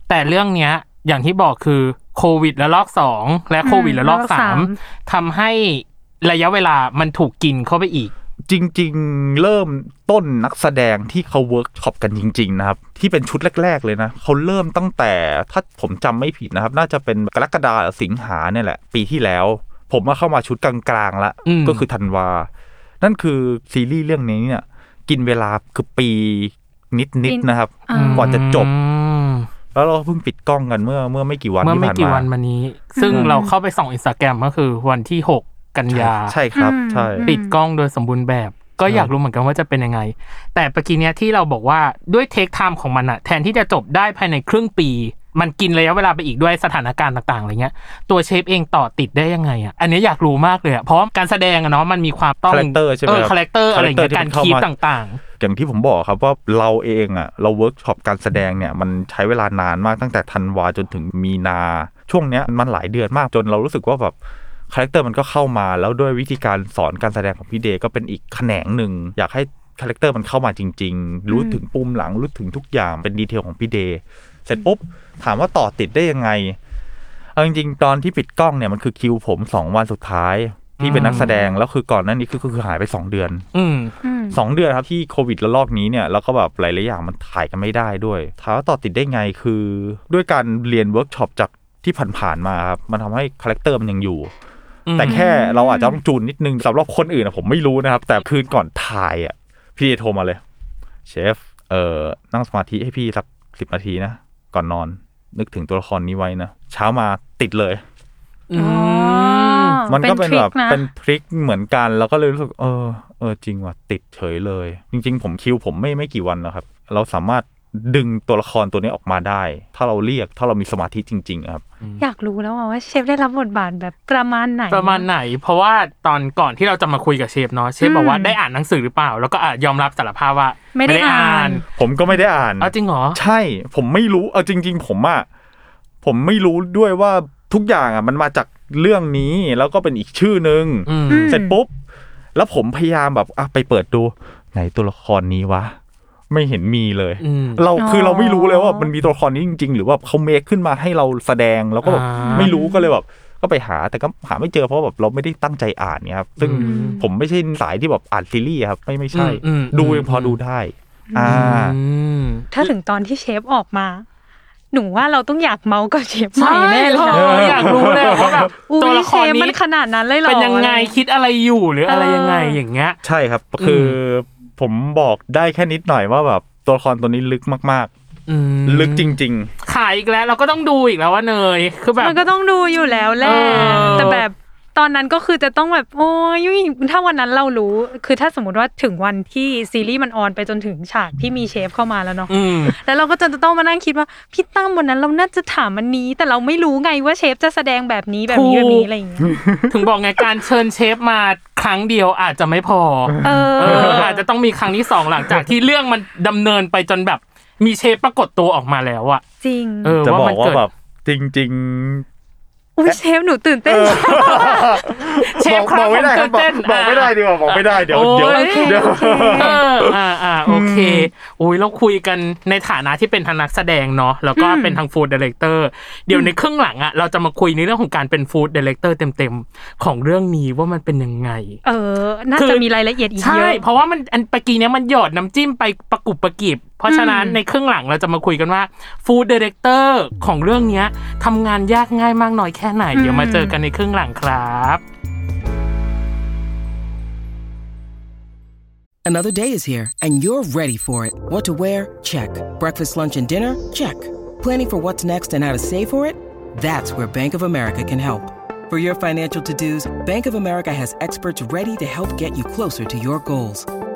แต่เรื่องเนี้ยอย่างที่บอกคือโควิดระลอกสองและโควิดระลอก ระลอก สา สามม ทำให้ระยะเวลามันถูกกินเข้าไปอีก จริงๆ เริ่มต้นนักแสดงที่เขาเวิร์กช็อปกันจริง ๆ นะครับ ที่เป็นชุดแรก ๆ เลยนะเขาเริ่มตั้งแต่ถ้าผมจำไม่ผิดนะครับ น่าจะเป็นกรกฎาหรือสิงหาเนี่ยแหละ ปีที่แล้ว ผมมาเข้ามาชุดกลางๆละ อืม ก็คือธันวา นั่นคือซีรีส์เรื่องนี้เนี่ย กินเวลาคือปีนิดๆนะครับ อ่า ก่อนจะจบ อืม แล้วเราเพิ่งปิดกล้องกันเมื่อเมื่อไม่กี่วัน เมื่อ ที่ ไม่ ผ่าน กี่ มา วันมานี้ ซึ่งเราเข้าไปส่องอินสตาแกรมก็คือวันที่ 6 กันยา ใช่ครับ อืม ใช่ ปิดกล้องโดยสมบูรณ์แบบ ก็ ครับ อยากรู้เหมือนกันว่าจะเป็นยังไง แต่ปกีเนี้ยที่เราบอกว่าด้วยเทคไทม์ของมันอะแทนที่จะจบได้ภายในครึ่งปี มันกินระยะเวลาไปอีกด้วยสถานการณ์ต่างๆอะไรเงี้ย ตัวเชฟเองต่อติดได้ยังไงอะอันเนี้ยอยากรู้มากเลยอะเพราะการแสดงอะเนาะมันมีความต้อง Character ใช่ไหม อ ครับ คาแรคเตอร์อะไร Character เงี้ยการ ที่ คีบ มันเข้ามา ต่าง อย่างที่ผมบอกครับว่าเราเองอ่ะเราเวิร์กช็อปการแสดงเนี่ยมันใช้เวลานานมากตั้งแต่ธันวาจนถึงมีนาช่วงเนี้ยมันหลายเดือนมากจนเรารู้สึกว่าแบบคาแรคเตอร์มันก็เข้ามาแล้วด้วยวิธีการสอนการแสดงของพี่เดย์ก็เป็นอีกแขนงหนึ่งอยากให้คาแรคเตอร์มันเข้ามาจริง ๆ รู้ถึงปุ่มหลังรู้ถึงทุกอย่างเป็นดีเทลของพี่เดย์เสร็จปุ๊บถามว่าต่อติดได้ยังไงเอาจริงๆตอนที่ปิดกล้องเนี่ยมันคือคิวผมสองวันสุดท้ายที่เป็นนักแสดงแล้วคือก่อนหน้านี้คือก็คือหายไปสองเดือน ๆ อืม สองเดือนครับที่โควิดระลอกนี้เนี่ยแล้วก็แบบหลาย ๆ อย่างมันถ่ายกันไม่ได้ด้วยถามว่าต่อติดได้ไงคือด้วยการเรียนเวิร์กช็อปจากที่ผ่าน ๆ มาครับ มันทำให้คาแรคเตอร์มันยังอยู่ อืม แต่แค่เราอาจจะต้องจูนนิดนึงสำหรับคนอื่นอะผมไม่รู้นะครับ แต่คืนก่อนถ่ายอ่ะ พี่โทรมาเลย เชฟ เอ่อนั่งสมาธิให้พี่สักสิบนาทีนะ ก่อนนอน นึกถึงตัวละครนี้ไว้นะเช้ามาติดเลย อื อ๋อ ม มันก็เป็ทนริ แบบ ะ เป็นทริคเหมือนกัน แล้วก็เลยรู้สึกเออเออจริงว่ะติดเฉยเลย จริง ๆ ผมคิวผมไม่ไม่กี่วันแล้วครับ เราสามารถดึงตัวละครตัวนี้ออกมาได้ ถ้าเราเรียกถ้าเรามีสมาธิจริง ๆ ครับ อยากรู้แล้วอะว่าเชฟได้รับบทบาทแบบประมาณไหน ประมาณไหน เพราะว่าตอนก่อนที่เราจะมาคุยกับเชฟเนาะเชฟบอกว่าได้อ่านหนังสือหรือเปล่า แล้วก็อ่ะยอมรับสารภาพว่า ไม่ได้อ่าน ผมก็ไม่ได้อ่าน เอาจริงเหรอ ใช่ ผมไม่รู้เอาจริง ๆ ผมอะผมไม่รู้ด้วยว่าทุกอย่างอะมันมาจากเรื่องนี้ แล้วก็เป็นอีกชื่อนึง อืม เสร็จปุ๊บ แล้วผมพยายามแบบอ่ะไปเปิดดู ไหนตัวละครนี้วะ ไม่เห็นมีเลย อืม เรา อ๋อ คือเราไม่รู้เลยว่ามันมีตัวละครนี้จริง ๆ หรือว่าเขาเมคขึ้นมาให้เราแสดงแล้วก็แบบ อ่า ไม่รู้ก็เลยแบบก็ไปหาแต่ก็หาไม่เจอเพราะแบบเราไม่ได้ตั้งใจอ่านเนี่ยครับซึ่ง อืม ผมไม่ใช่สายที่แบบอ่านซีรีส์ครับไม่ไม่ใช่ อืมอืม ดูยังพอดูได้อ่า อืม ถ้าถึงตอนที่เชฟออกมา หนูว่าเราต้องอยากเมาส์กับเชฟใหม่แน่เลย ใช่ออะออยากรู้เลยว่าแบบ อุ๊ย ตัวละคร เชฟ นี้ มันขนาดนั้นเลยเหรอ เป็นยังไง อะร คิดอะไรอยู่หรืออะไร เออ ยังไงอย่างเงี้ย ใช่ครับคืออผมบอกได้แค่นิดหน่อยว่าแบบตัวละครตัวนี้ลึกมาก อืม ๆ ลึกจริง ๆ ขายอีกแล้วเราก็ต้องดูอีกแล้วว่าเนยคือแบบ มันก็ต้องดูอยู่แล้วแหละ เออ แต่แบบตอนนั้นก็คือจะต้องแบบโอ้ยถ้าวันนั้นเรารู้ คือถ้าสมมติว่าถึงวันที่ซีรีส์มันออนไปจนถึงฉากที่มีเชฟเข้ามาแล้วเนาะ อืม แล้วเราก็จะต้องมานั่งคิดว่าพี่ตั้มวันนั้นเราน่าจะถามอันนี้ แต่เราไม่รู้ไงว่าเชฟจะแสดงแบบนี้แบบนี้ ถูก แบบนี้อะไรอย่างเงี้ย ถึงบอกไงการเชิญเชฟมาครั้งเดียวอาจจะไม่พอ เออ เอออาจจะต้องมีครั้งที่สองหลังจากที่เรื่องมันดำเนินไปจนแบบมีเชฟปรากฏตัวออกมาแล้วอะ จริง เออ จะบอ ว่ามั ก น ว่า เกิด แบบจริง อุ้ยเชฟหนูตื่นเต้น ๆ *laughs* เชฟ บอก ครับ บอก ผ ไม่ ม ได้ครับ ตื่น บอก เต้น บอกไม่ได้ อ่ะ ดีกว่าบอกไม่ได้เดี๋ยว โอ้ย เดี๋ยวเดี๋ยว เอออ่าอ่าโอเคโอ้ยเราคุยกันในฐานะที่เป็นทางนักแสดงเนาะแล้วก็เป็นทางฟู้ดดีเลกเตอร์เดี๋ยวในครึ่งหลังอะเราจะมาคุยในเรื่องของการเป็นฟู้ดดีเลกเตอร์เต็มๆ ของเรื่องนี้ว่ามันเป็นยังไง เออ น่า คื จะ อ มีรายละเอียดอีกเย ใช่ อะ เพราะว่ามันอันปกีเนี้ยมันหยอดน้ำจิ้มไปประกุบประกิบ เพราะฉะนั้น อืม ในครึ่งหลังเราจะมาคุยกันว่าฟู้ดดีเลกเตอร์ของเรื่องเนี้ยทำงานยากง่ายมากน้อยแค่ไหน เดี๋ยวมาเจอกันในครึ่งหลังครับ Another day is here, and you're ready for it. What to wear? Check. Breakfast, lunch, and dinner? Check. Planning for what's next and how to save for it? That's where Bank of America can help. For your financial to dos, Bank of America has experts ready to help get you closer to your goals.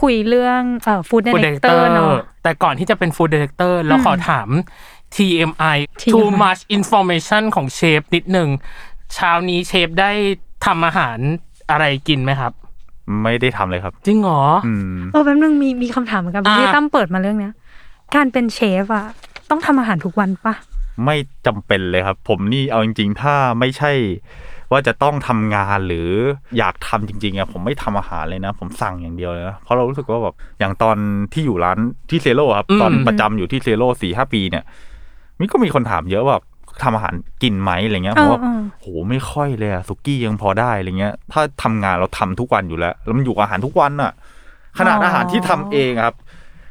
คุยเรื่องเอ่อฟู้ดเด Food เ e เตอ Director ร์เนาะ แต่ก่อนที่จะเป็น Food Director เราขอถาม TMI too TMI much information ของเชฟนิดหนึ่งเช้านี้เชฟได้ทำอาหารอะไรกินไหมครับ ไม่ได้ทำเลยครับ จริงเหรออ อืม เออแป๊บนึงมีมีคำถามเหมือนกัน อ่า ที่ตั้มเปิดมาเรื่องเนี้ย การเป็นเชฟอะต้องทำอาหารทุกวันปะ ไม่จำเป็นเลยครับ ผมนี่เอาจริง ๆ ถ้าไม่ใช่ ว่าจะต้องทำงานหรืออยากทำจริงๆอะผมไม่ทำอาหารเลยนะ ผมสั่งอย่างเดียวเลยนะเพราะเรารู้สึกว่าแบบอย่างตอนที่อยู่ร้านที่เซโร่ครับ อืม ตอนประจำอยู่ที่เซโร่สี่ห้าปีเนี่ยมิก็มีคนถามเยอะว่าแบบทำอาหารกินไหมอะไรเงี้ย เอ ผม อ ว่า เออ โหไม่ค่อยเลยอะสุกี้ยังพอได้อะไรเงี้ย ถ้าทำงานเราทำทุกวันอยู่แล้ว แล้วมันอยู่กับอาหารทุกวันอะขนาด อ๋ออ อาหารที่ทำเองอะครับ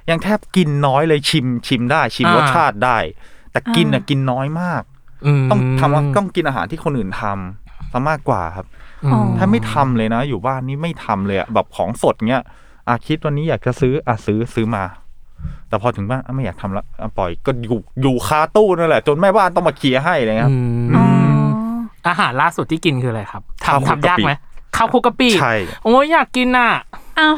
ยังแทบกินน้อยเลยชิมชิมได้ชิม อ่าร ร สชาติได้ แต่กินอะกินน้อยมาก ม ต้องทำต้องกินอาหารที่คนอื่นทำซะมากกว่าครับ อืม ถ้าไม่ทำเลยนะ อยู่บ้านนี่ไม่ทำเลยอะแบบของสดเงี้ยอาคิดวันนี้อยากจะซื้ออ่ะซื้อซื้อมา แต่พอถึงบ้านอ่ะไม่อยากทำละอ่ะปล่อยก็อยู่อยู่คาตู้นั่นแหละจนแม่บ้านต้องมาเคลียร์ให้อะไรเลยครับ อ๋อ อาหารล่าสุดที่กินคืออะไรครับ ข้าว ทำ คลุก ทำยาก กะปิ ไหมข้าวคลุกกะปิ ใช่ โอ้ยอยากกินอ่ะ อ้าว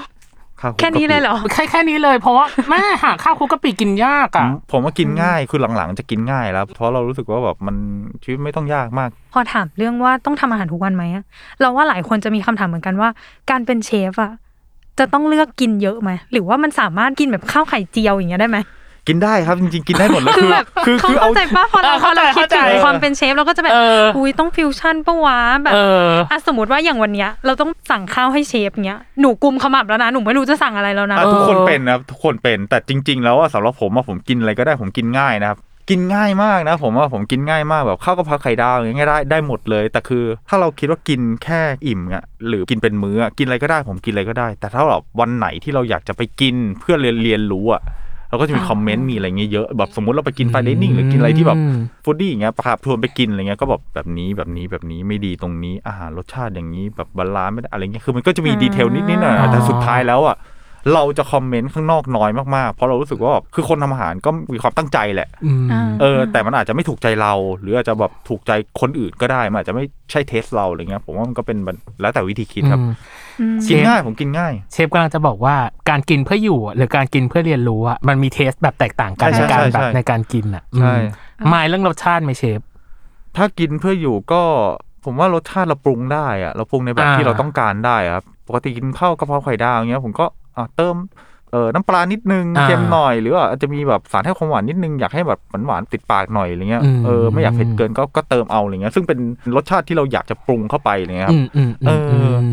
ข้าวลุก แค่นี้ กะ เล ปิ ยเหรอ แค่แค่นี้เลยเพราะว่า แม่หาข้าวคลุกกะปิกินยากอ่ะ ผมผมว่ากินง่ายคือหลังๆ จะกินง่ายแล้ว เพราะเรารู้สึกว่าแบบมันชีวิตไม่ต้องยากมาก พอถามเรื่องว่าต้องทำอาหารทุกวันไหมอะเราว่าหลายคนจะมีคำถามเหมือนกันว่า การเป็นเชฟอะจะต้องเลือกกินเยอะไหมหรือว่ามันสามารถกินแบบข้าวไข่เจียวอย่างเงี้ยได้ไหม กินได้ครับจริงๆ กินได้หมดแล้ว คือ คือ แบบ คือ เขา คือเอา เข้าใจปะพอเรา เออ พอ เข้าใจ เราคิดถึง เข้าใจ ความเป็นเชฟเราก็จะแบบ เอออุ้ อุ้ยต้องฟิวชั่นปะวะแบบ เออ อ่ะสมมติว่าอย่างวันเนี้ยเราต้องสั่งข้าวให้เชฟเนี้ยหนูกุมขมับแล้วนะหนูไม่รู้จะสั่งอะไรแล้วนะ อ่ะทุกคน เออ เป็นนะครับทุกคนเป็นแต่จริง ๆ แล้วอะสำหรับผมอะผมกินอะไรก็ได้ผมกินง่ายนะครับ กินง่ายมากนะ ผมว่าผมกินง่ายมากแบบข้าวกะเพราไข่ดาวอย่างเงี้ยได้ได้หมดเลย แต่คือถ้าเราคิดว่ากินแค่อิ่มอะหรือกินเป็นมื้ออะกินอะไรก็ได้ผมกินอะไรก็ได้ แต่ถ้าแบบวันไหนที่เราอยากจะไปกินเพื่อเรียนเรียนรู้อะเราก็จะมีคอมเมนต์มีอะไรเงี้ยเยอะแบบสมมติเราไปกินไฟเดนิ่งหรือกินอะไรที่แบบ อืม ฟูดดี้อย่างเงี้ยพาชวนไปกินอะไรเงี้ยก็แบบแบบนี้แบบนี้แบบนี้ไม่ดีตรงนี้อาหารรสชาติอย่างนี้แบบบาลานซ์ไม่ได้อะไรเงี้ยคือมันก็จะมีดีเทลนิดนิดๆหน่อยๆแต่สุดท้ายแล้วอ่ะเราจะคอมเมนต์ข้างนอกน้อยมากๆเพราะเรารู้สึกว่าแบบคือคนทำอาหารก็มีความตั้งใจแหละ อืม อ่า เออแต่มันอาจจะไม่ถูกใจเรา หรืออาจจะแบบถูกใจคนอื่นก็ได้มันอาจจะไม่ใช่เทสเราอะไรเงี้ยผมว่ามันก็เป็นแบบแล้วแต่วิธีคิดครับ อืม กินง่ายผมกินง่าย เชฟกำลังจะบอกว่าการกินเพื่ออยู่อะหรือการกินเพื่อเรียนรู้อะมันมีเทสแบบแตกต่างกัน ใช่ ในการ ใช่ แบบ ใช่ ในการกินอะ ใช่ อืมหมายเรื่องรสชาติไหมเชฟ ถ้ากินเพื่ออยู่ก็ผมว่ารสชาติเราปรุงได้อะเราปรุงในแบบ อ่า ที่เราต้องการได้อะครับปกติกินข้าวกะเพราไข่ดาวอย่างเงี้ยผมก็อ่ะเติมเออน้ำปลานิดนึงเค็มหน่อย หรือว่าอาจจะมีแบบสารให้ความหวานนิดนึงอยากให้แบบหวานๆติดปากหน่อยอะไรเงี้ยเออไม่อยากเผ็ดเกินก็ก็เติมเอาอะไรเงี้ยซึ่งเป็นรสชาติที่เราอยากจะปรุงเข้าไปอะไรเงี้ยครั อืมบอืม เอ อื อ ม อื ม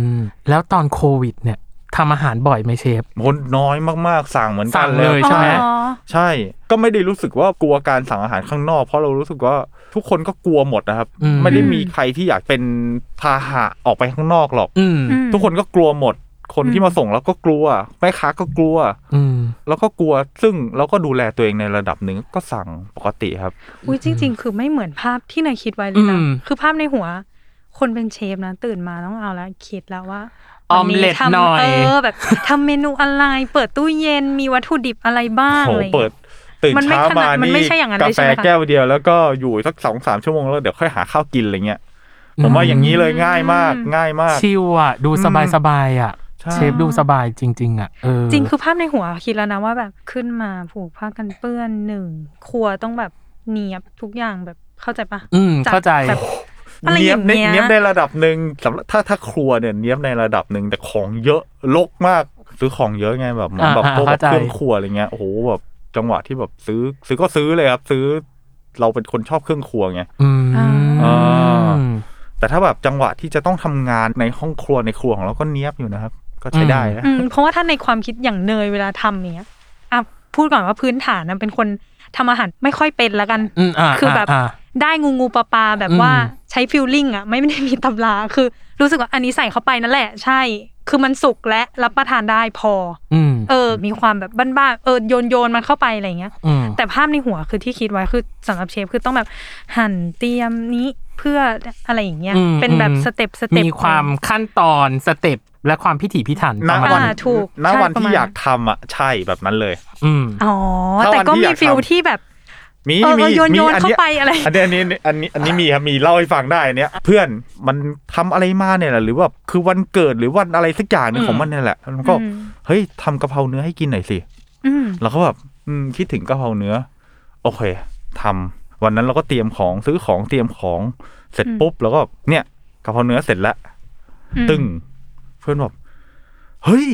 แล้วตอนโควิด เนี่ยทำอาหารบ่อยไหมเชฟ คนน้อยมากๆสั่งเหมือน สั่ กัน ง เลย เลยใช่ไหม อ๋อ ใช่ก็ไม่ได้รู้สึกว่ากลัวการสั่งอาหารข้างนอก เพราะเรารู้สึกว่าทุกคนก็กลัวหมดนะครับ อืม ไม่ได้มีใครที่อยากเป็นพาหะออกไปข้างนอกหรอก อืม อืม ทุกคนก็กลัวหมด คนที่มาส่งเราก็กลัว แม่ค้าก็กลัว อืม แล้วก็กลัว ซึ่งเราก็ดูแลตัวเองในระดับหนึ่งก็สั่งปกติครับ อุ้ยจริง ๆ คือไม่เหมือนภาพที่นายคิดไว้เลยนะ อืม คือภาพในหัว คนเป็นเชฟนะตื่นมาต้องเอาละคิดแล้วว่า ออม วันนี้ เล็ต ทำ หน่อย เออแบบ *laughs* ทำเมนูอะไร เปิดตู้เย็นมีวัตถุดิบอะไรบ้าง โห อะไรอย่าง เปิ เงี้ ด ย ตื่น มันไม่ เช้า ขนาด มา มัน นี่ ไม่ใช่อย่างนั้น กา เลยใช่ แฟ ไหมคะ แก้วเดียวแล้วก็อยู่สักสองสามชั่วโมงแล้วเดี๋ยวค่อยหาข้าวกินอะไรเงี้ย ผมว่าอย่างนี้เลยง่ายมาก ง่ายมาก ชิวอะดูสบายสบายๆอะ ใช่ เชฟดูสบายจริง ๆอะเออ จริงคือภาพในหัวคิดแล้วนะว่าแบบขึ้นมาผูกผ้ากันเปื้อนหนึ่งครัวต้องแบบเนียบทุกอย่างแบบเข้าใจปะ อืม จัด เข้าใจ แบบอะไรอ เนี้ยย่าบง ใน เงี้ย เนี้ยบในระดับหนึ่งสำหรับถ้าถ้าครัวเนี่ยเนี้ยบในระดับหนึ่งแต่ของเยอะลกมากซื้อของเยอะไงแบบเหมือน อ่า แบบ อ่า พวกแบ เข้า บ ใจ เครื่องครัวอะไรเงี้ยโอ้โหแบบจังหวะที่แบบซื้อ ซื้อก็ซื้อเลยครับ ซื้อเราเป็นคนชอบเครื่องครัวไง อืม อ่า อืม แต่ถ้าแบบจังหวะที่จะต้องทำงานในห้องครัวในครัวของเราก็เนี้ยบอยู่นะครับ ก็ใช้ได้นะ อืมเพราะว่าถ้าในความคิดอย่างเนยเวลาทำอย่างเนี้ยอ่ะพูดก่อนว่าพื้นฐานนะเป็นคนทำอาหารไม่ค่อยเป็นละกัน อืมอ่า คือแบบ อ่าอ่า ได้งูงูปลาปลาแบบว่า อืม ใช้ฟิลลิ่งอ่ะ *laughs* ไม่ไม่ได้มีตำราคือรู้สึกว่าอันนี้ใส่เข้าไปนั่นแหละ ใช่ คือมันสุกและรับประทานได้พอ อืม เออ มีความแบบบ้านๆเออโยนโยนมันเข้าไปอะไรอย่างเงี้ย อืม แต่ภาพในหัวคือที่คิดไว้คือสำหรับเชฟคือต้องแบบหั่นเตรียมนี้เพื่ออะไรอย่างเงี้ย อืม เป็นแบบ อืม สเต็ปสเต็ป มีความขั้นตอนสเต็ปและความพิถีพิถัน ณ ประมาณ วัน อ่าถูก ณ ใช่ วัน ประ ที่ มาณ อยากทำอ่ะใช่แบบนั้นเลย อืม อ๋อ ถ้า แต่ วัน ก็ ที่ มี อยาก ฟิล ทำ ที่แบบ มี เออ มี เออโยน มี โยน อั เข้าไปอะไร อันเนี้ยอันนี้อันนี้อันนี้มีครับมีเล่าให้ฟังได้อันเนี้ยเพื่อนมันทำอะไรมาเนี่ยแหละหรือว่าคือวันเกิดหรือวันอะไรสักอย่างหนึงของมันเนี่ยแหละมันก็เฮ้ยทำกะเพราเนื้อให้กินหน่อยสิ อืม เราก็แบบอืมคิดถึงกะเพราเนื้อ โอเคทำวันนั้นเราก็เตรียมของซื้อของเตรียมของเสร็จปุ๊บแล้วก็เนี่ยกะเพราเนื้อเสร็จแล้ว อืม ตึงเพื่อนบอกเฮ้ย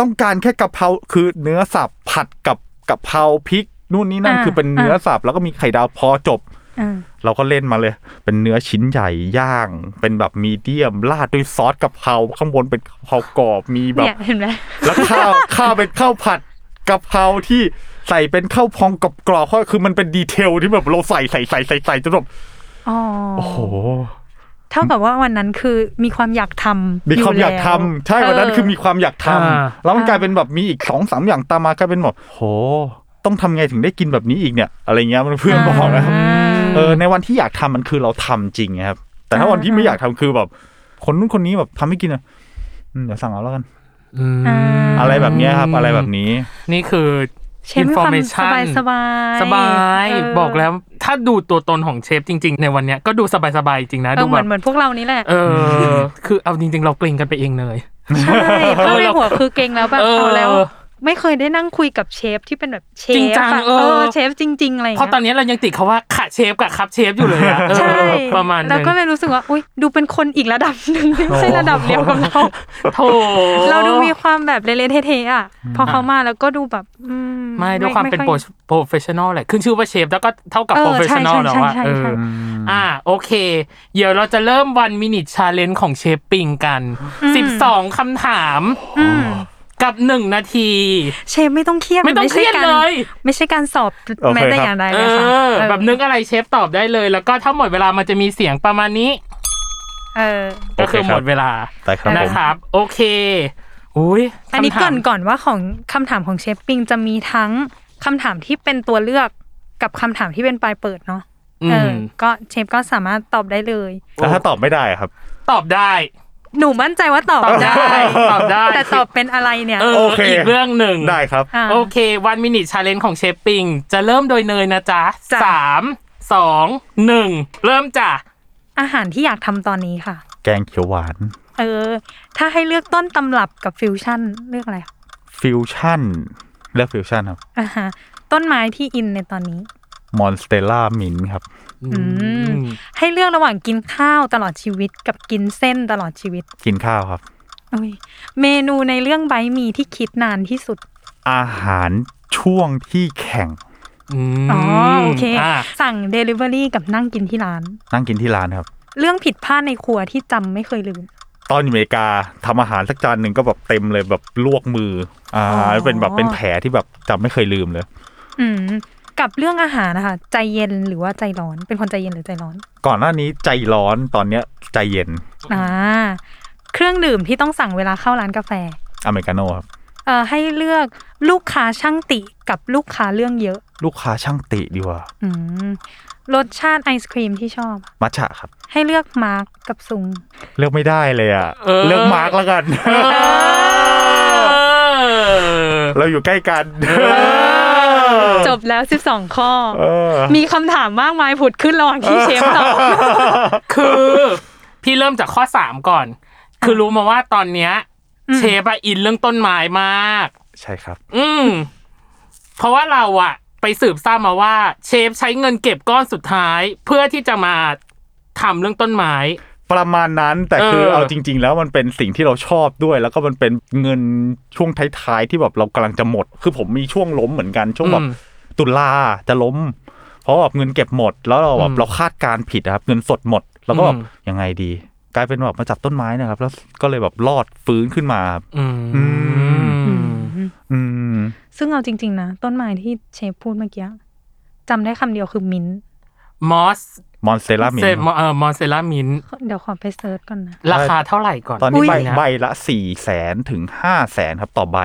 ต้องการแค่กะเพราคือเนื้อสับผัดกับกะเพราพริกนู่นนี่นั่น อ่า คือเป็นเนื้ออา สับแล้วก็มีไข่ดาวพอจบ อ่า เราก็เล่นมาเลย เป็นเนื้อชิ้นใหญ่ย่าง เป็นแบบมีเดียมราดด้วยซอสกะเพราข้างบนเป็นกะเพรากรอบมีแบบ เนี่ยเห็นไหม แล้วข้าว ข้าวเป็นข้าวผัดกะเพราที่ใส่เป็นข้าวพองกรอบกรอบๆเพราะคือมันเป็นดีเทลที่แบบเราใส่ใส่ใส่ใส่ใส่จนแบบ อ๋อ โอ้โห เท่ากับว่าวันนั้นคือมีความอยากทำ มีความอยากทำใช่วันนั้นคือมีความอยากทำ อ่า แล้วมันกลายเป็นแบบมีอีกสองสามอย่างตามมากลายเป็นแบบโหต้องทำไงถึงได้กินแบบนี้อีกเนี่ย อะไรเงี้ยมันเพื่อนบอกนะเออในวันที่อยากทำมันคือเราทำจริงไงครับ แต่ถ้าวันที่ไม่อยากทำคือแบบ คนนู้นคนนี้แบบทำให้กินอ่ะอืมเดี๋ยวสั่งเอาแล้วกัน อืม อะไรแบบเนี้ยครับ อะไรแบบนี้ นี่คือ เชฟมีความส information บายสบายๆ สบาย เ บอกแล้วถ้าดูตัวตนของเชฟจริง ๆ ในวันเนี้ยก็ดูสบายสบายๆจริงนะ เอ ดู อเห แบ มือบ นเหมือนพวกเรา *laughs* นี่แหละ เอ *laughs* อ คือเอาจริง ๆ เราเกรงกันไปเองเลย ใช่ภาพในหัวคือเก่งแล้วแบบ เออ เอาแล้ว ไม่เคยได้นั่งคุยกับเชฟที่เป็นแบบเชฟ จริงจัง อะ เออ เออเชฟจริง ๆ อะไรอย่าง เพราะ เงี้ย ตอนนี้เรายังติดเขาว่าขะเชฟกับครับเชฟอยู่เลยอะเออ ใช่ ประมาณห แล้ว นึง ก็เลยรู้สึกว่า อุ้ยดูเป็นคนอีกระดับหนึ่งไม่ใช่ระดับเดียวกับเรา โถ เราดูมีความแบบเละๆเทะๆอ่ะ พอเขามาแล้วก็ดูแบบอื ไม่ด้วยความเป็น ไ โปรเฟชชั่นอลแหละ ขึ้นชื่อว่าเชฟแล้วก็เท่ากับ เออ โปรเฟชชั่นอลแล้วอะ ใช่ เอ ใช่อใช่ใช่ อ่าโอเค เดี๋ยวเราจะเริ่มวันมินิชาเลนจ์ของเชฟปิงกัน 12คำถาม อืม กับ 1 นาที เชฟไม่ต้องเครียด ไม่ต้องเครียด น เลย ไม่ใช่การสอบ โอเค แม้แต่ คอรับย่างใด เอ เลยค่ะ อ แบบนึกอะไรเชฟตอบได้เลย แล้วก็ถ้าหมดเวลามันจะมีเสียงประมาณนี้ เออ ก็คือ โอเคครับ หมดเวลา แต่ครับ นะ ผม ครับ โอเค อุ้ย อันนี้ คำถา ก่อ ม นก่อนว่าของคำถามของเชฟปิงจะมีทั้งคำถามที่เป็นตัวเลือกกับคำถามที่เป็นปลายเปิดเนาะ อื เออ ม ก็เชฟก็สามารถตอบได้เลย แล้วถ้าตอบไม่ได้อะครับ ตอบได้ หนูมั่นใจว่าตอบ ตอบ *laughs* ได้ตอบได้ แต่ตอบเป็นอะไรเนี่ย เออ โอเค อีกเรื่องหนึ่ง ได้ครับ อ่ะ โอเค วันมินิชาเลนจ์ของเชฟปิง จะเริ่มโดยเนยนะจ๊ะ จ้ะ สามสองหนึ่งเริ่มจ้ะ อาหารที่อยากทำตอนนี้ค่ะ แกงเขียวหวาน เออ ถ้าให้เลือกต้นตำรับกับฟิวชั่นเลือกอะไร ฟิวชั่นเลือกฟิวชั่นครับ อ่าฮะต้นไม้ที่อินในตอนนี้ มอนสเตล่ามินครับ ม ให้เลือกระหว่างกินข้าวตลอดชีวิตกับกินเส้นตลอดชีวิต กินข้าวครับ เอ้ยเมนูในเรื่องไบท์มีที่คิดนานที่สุด อาหารช่วงที่แข่ง ม อ๋อโอเค อ่ะ สั่ง Delivery กับนั่งกินที่ร้าน นั่งกินที่ร้านครับ เรื่องผิดพลาดในครัวที่จำไม่เคยลืม ตอนอยู่อเมริกาทำอาหารสักจานหนึ่งก็แบบเต็มเลยแบบลวกมือ อ่า อ๋อ เป็นแบบเป็นแผลที่แบบจำไม่เคยลืมเลย อืมกับเรื่องอาหารนะคะใจเย็นหรือว่าใจร้อน เป็นคนใจเย็นหรือใจร้อน ก่อนหน้านี้ใจร้อนตอนเนี้ยใจเย็น อ่าเครื่องดื่มที่ต้องสั่งเวลาเข้าร้านกาแฟ อเมริกาโน่ครับ เอ่อให้เลือกลูกค้าช่างติกับลูกค้าเรื่องเยอะ ลูกค้าช่างติดีกว่า อืมรสชาติไอศครีมที่ชอบ มัชชะครับ ให้เลือกมาร์กกับซุง เลือกไม่ได้เลยอ่ะเลือกมาร์กแล้วกัน เออ เราอยู่ใกล้กัน จบแล้ว 12 ข้อ เออ มีคำถามมากมายผุดขึ้นระหว่างที่เชฟตอบ คือ พี่เริ่มจากข้อสามก่อน คือรู้มาว่าตอนเนี้ย อืม เชฟอะอินเรื่องต้นไม้มาก ใช่ครับ อืม เพราะว่าเราอะไปสืบทราบมาว่า เชฟใช้เงินเก็บก้อนสุดท้าย เพื่อที่จะมาทำเรื่องต้นไม้ ประมาณนั้นแต่คือ เออ เอาจริง ๆ แล้วมันเป็นสิ่งที่เราชอบด้วย แล้วก็มันเป็นเงินช่วงท้ายๆที่แบบเรากำลังจะหมด คือผมมีช่วงล้มเหมือนกันช่วงแบบตุลาจะล้ม เพราะแบบเงินเก็บหมด แล้วเราแบบเราคาดการณ์ผิดอะครับเงินสดหมด แล้วก็แบบยังไงดี กลายเป็นแบบมาจับต้นไม้นะครับ แล้วก็เลยแบบรอดฟื้นขึ้นมาครับ อืม อืม ซึ่งเอาจริง ๆ นะ ต้นไม้ที่เชฟพูดเมื่อกี้จำได้คำเดียวคือมิ้นท์ มอส มอนสเตล่ามิน เซมเอ่อมอนเซลามิน เดี๋ยวขอไปเซิร์ชก่อนนะ ราคาเท่าไหร่ก่อน ตอนนี้ใบ ยะ ใบละสี่แสนถึงห้าแสนครับต่อใบ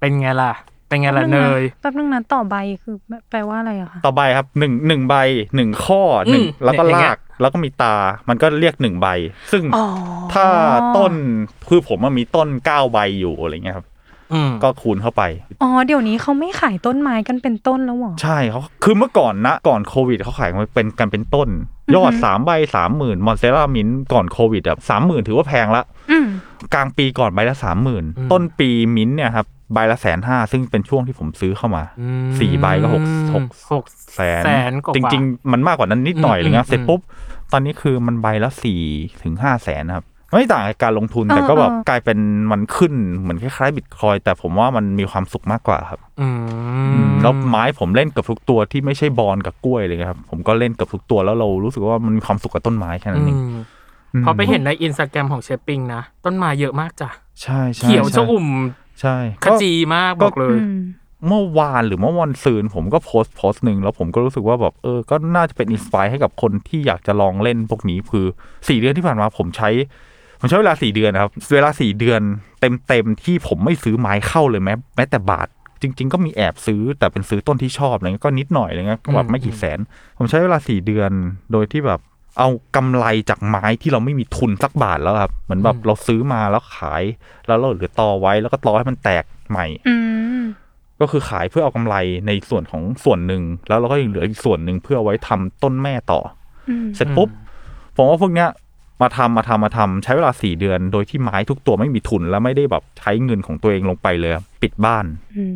เป็นไงล่ะ เป็นไง แป๊บ ล่ะเนนึงนะ ย แป๊บนึงนะต่อใบคือแปลว่าอะไรอะคะ ต่อใบครับหนึ่งหนึ่งใบหนึ่งข้อหนึ่ง อืม แล้วก็ อย่างเงี้ ลาย กแล้วก็มีตา มันก็เรียกหนึ่งใบ ซึ่ง อ๋อ ถ้าต้นคือผมมันมีต้นเก้าใบอยู่อะไรเงี้ยครับ อืม ก็คูณเข้าไป อ๋อเดี๋ยวนี้เขาไม่ขายต้นไม้กันเป็นต้นแล้วเหรอ ใช่เขาคือเมื่อก่อนนะ ก่อนโควิดเขาขายมันเป็นกันเป็นต้น ยอดสามใบสามหมื่นมอนเซล่ามินก่อนโควิดอ่ะสามหมื่นถือว่าแพงละ อืม กลางปีก่อนใบละสามหมื่น อืม ต้นปีมิ้นท์เนี่ยครับใบละแสนห้าซึ่งเป็นช่วงที่ผมซื้อเข้ามาสี่ใบก็หกหก หก แสน แสนกว่า จริง ๆ มันมากกว่านั้นนิดหน่อย อืม เลยนะเสร็จ อืม ปุ๊บ ตอนนี้คือมันใบละสี่ถึงห้าแสนครับ ไม่ต่างกับการลงทุนแต่ก็แบบกลายเป็นมันขึ้นเหมือนคล้ายๆบิตคอยน์แต่ผมว่ามันมีความสุขมากกว่าครับ อืม แล้วไม้ผมเล่นเกับทุกตัวที่ไม่ใช่บอลกับกล้วยเลยครับ ผมก็เล่นเกับทุกตัวแล้วเรารู้สึกว่ามันมีความสุขกับต้นไม้แค่นั้นเอง อืมพอไปเห็นในอินสตาแกรมของเชฟปิงนะ ต้นไม้เยอะมากจ้ะ ใช่ใช่ เขียวช ใช่ อุ่ม ใช่ ข ก็ จีมาก ก็ บอกเลย อืม เมื่อวานหรือเมื่อวันซืนผมก็โพสต์โพสต์หนึ่งแล้วผมก็รู้สึกว่าแบบเออก็น่าจะเป็นอินสปายให้กับคนที่อยากจะลองเล่นพวกนี้คือสี่เดือนที่ผ่านมาผมใช้ ผมใช้เวลาสี่เดือนนะครับ เวลาสี่เดือนเต็มเต็มๆที่ผมไม่ซื้อไม้เข้าเลยแม้แม้แต่บาท จริง ๆ ก็มีแอบซื้อแต่เป็นซื้อต้นที่ชอบอะไรเงี้ยก็นิดหน่อยอะไรเงี้ยก็แบบไม่กี่แสน ผมใช้เวลาสี่เดือนโดยที่แบบ เอากำไรจากไม้ที่เราไม่มีทุนสักบาทแล้วครับเหมือนแบบเราซื้อมาแล้วขาย แล้วเราเหลือตอไว้แล้วก็ตอให้มันแตกใหม่ อืม ก็คือขายเพื่อเอากำไรในส่วนของส่วนหนึ่ง แล้วเราก็ยังเหลืออีกส่วนหนึ่งเพื่อเอาไว้ทำต้นแม่ต่ออ ม เสร็จปุ๊บ ผมว่าพวกเนี้ยมาทำมาทำมาทำใช้เวลาสี่เดือน โดยที่ไม้ทุกตัวไม่มีทุนและไม่ได้แบบใช้เงินของตัวเองลงไปเลยครับปิดบ้าน อืม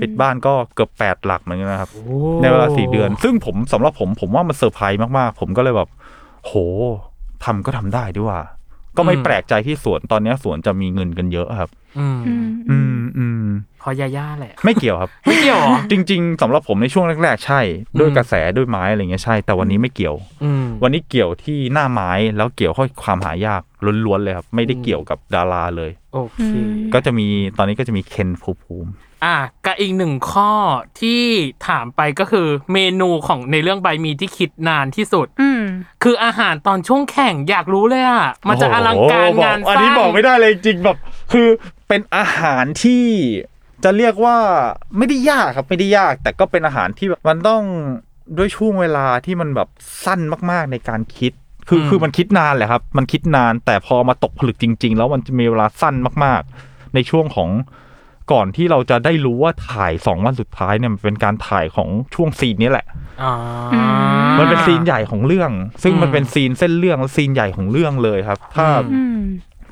ปิดบ้านก็เกือบแปดหลักเหมือนกันนะครับ โอ้ ในเวลาสี่เดือน ซึ่งผมสำหรับผมผมว่ามันเซอร์ไพรส์มากๆ ผมก็เลยแบบ โหทำก็ทำได้ด้วยว่า ก็ไม่ อืม แปลกใจที่สวนตอนเนี้ยสวนจะมีเงินกันเยอะครับ อืม อืม อืมอืม พอยาย่าแหละ ไม่เกี่ยวครับ ไม่เกี่ยวเหรอ จริงๆสำหรับผมในช่วงแรกๆ ใช่ ด้วย อืม กระแสด้วยไม้อะไรเงี้ยใช่ แต่วันนี้ไม่เกี่ยว อืม วันนี้เกี่ยวที่หน้าไม้แล้วเกี่ยวข้อความหายากล้วนๆเลยครับ ไม่ได้ อืม เกี่ยวกับดาราเลย โอเค ก็จะมีตอนนี้ก็จะมีเคนภูมิภูมิ อ่ะกับอีกหนึ่งข้อที่ถามไปก็คือเมนูของในเรื่องใบมีที่คิดนานที่สุด อืม คืออาหารตอนช่วงแข่งอยากรู้เลยอ่ะ มันจะอลังการ โอ้โห งาน อัน สร้า นี้ ง บอกไม่ได้เลยจริงแบบ คือเป็นอาหารที่จะเรียกว่าไม่ได้ยากครับไม่ได้ยาก แต่ก็เป็นอาหารที่แบบมันต้องด้วยช่วงเวลาที่มันแบบสั้นมากๆในการคิด คือ อืม คือมันคิดนานแหละครับ มันคิดนานแต่พอมาตกผลึกจริง ๆ แล้วมันจะมีเวลาสั้นมากๆ ในช่วงของก่อนที่เราจะได้รู้ว่าถ่ายสองวันสุดท้ายเนี่ยมันเป็นการถ่ายของช่วงซีนนี้แหละ อ่า มันเป็นซีนใหญ่ของเรื่อง ซึ่ง อืม มันเป็นซีนเส้นเรื่องและซีนใหญ่ของเรื่องเลยครับ ถ้า อืม อืม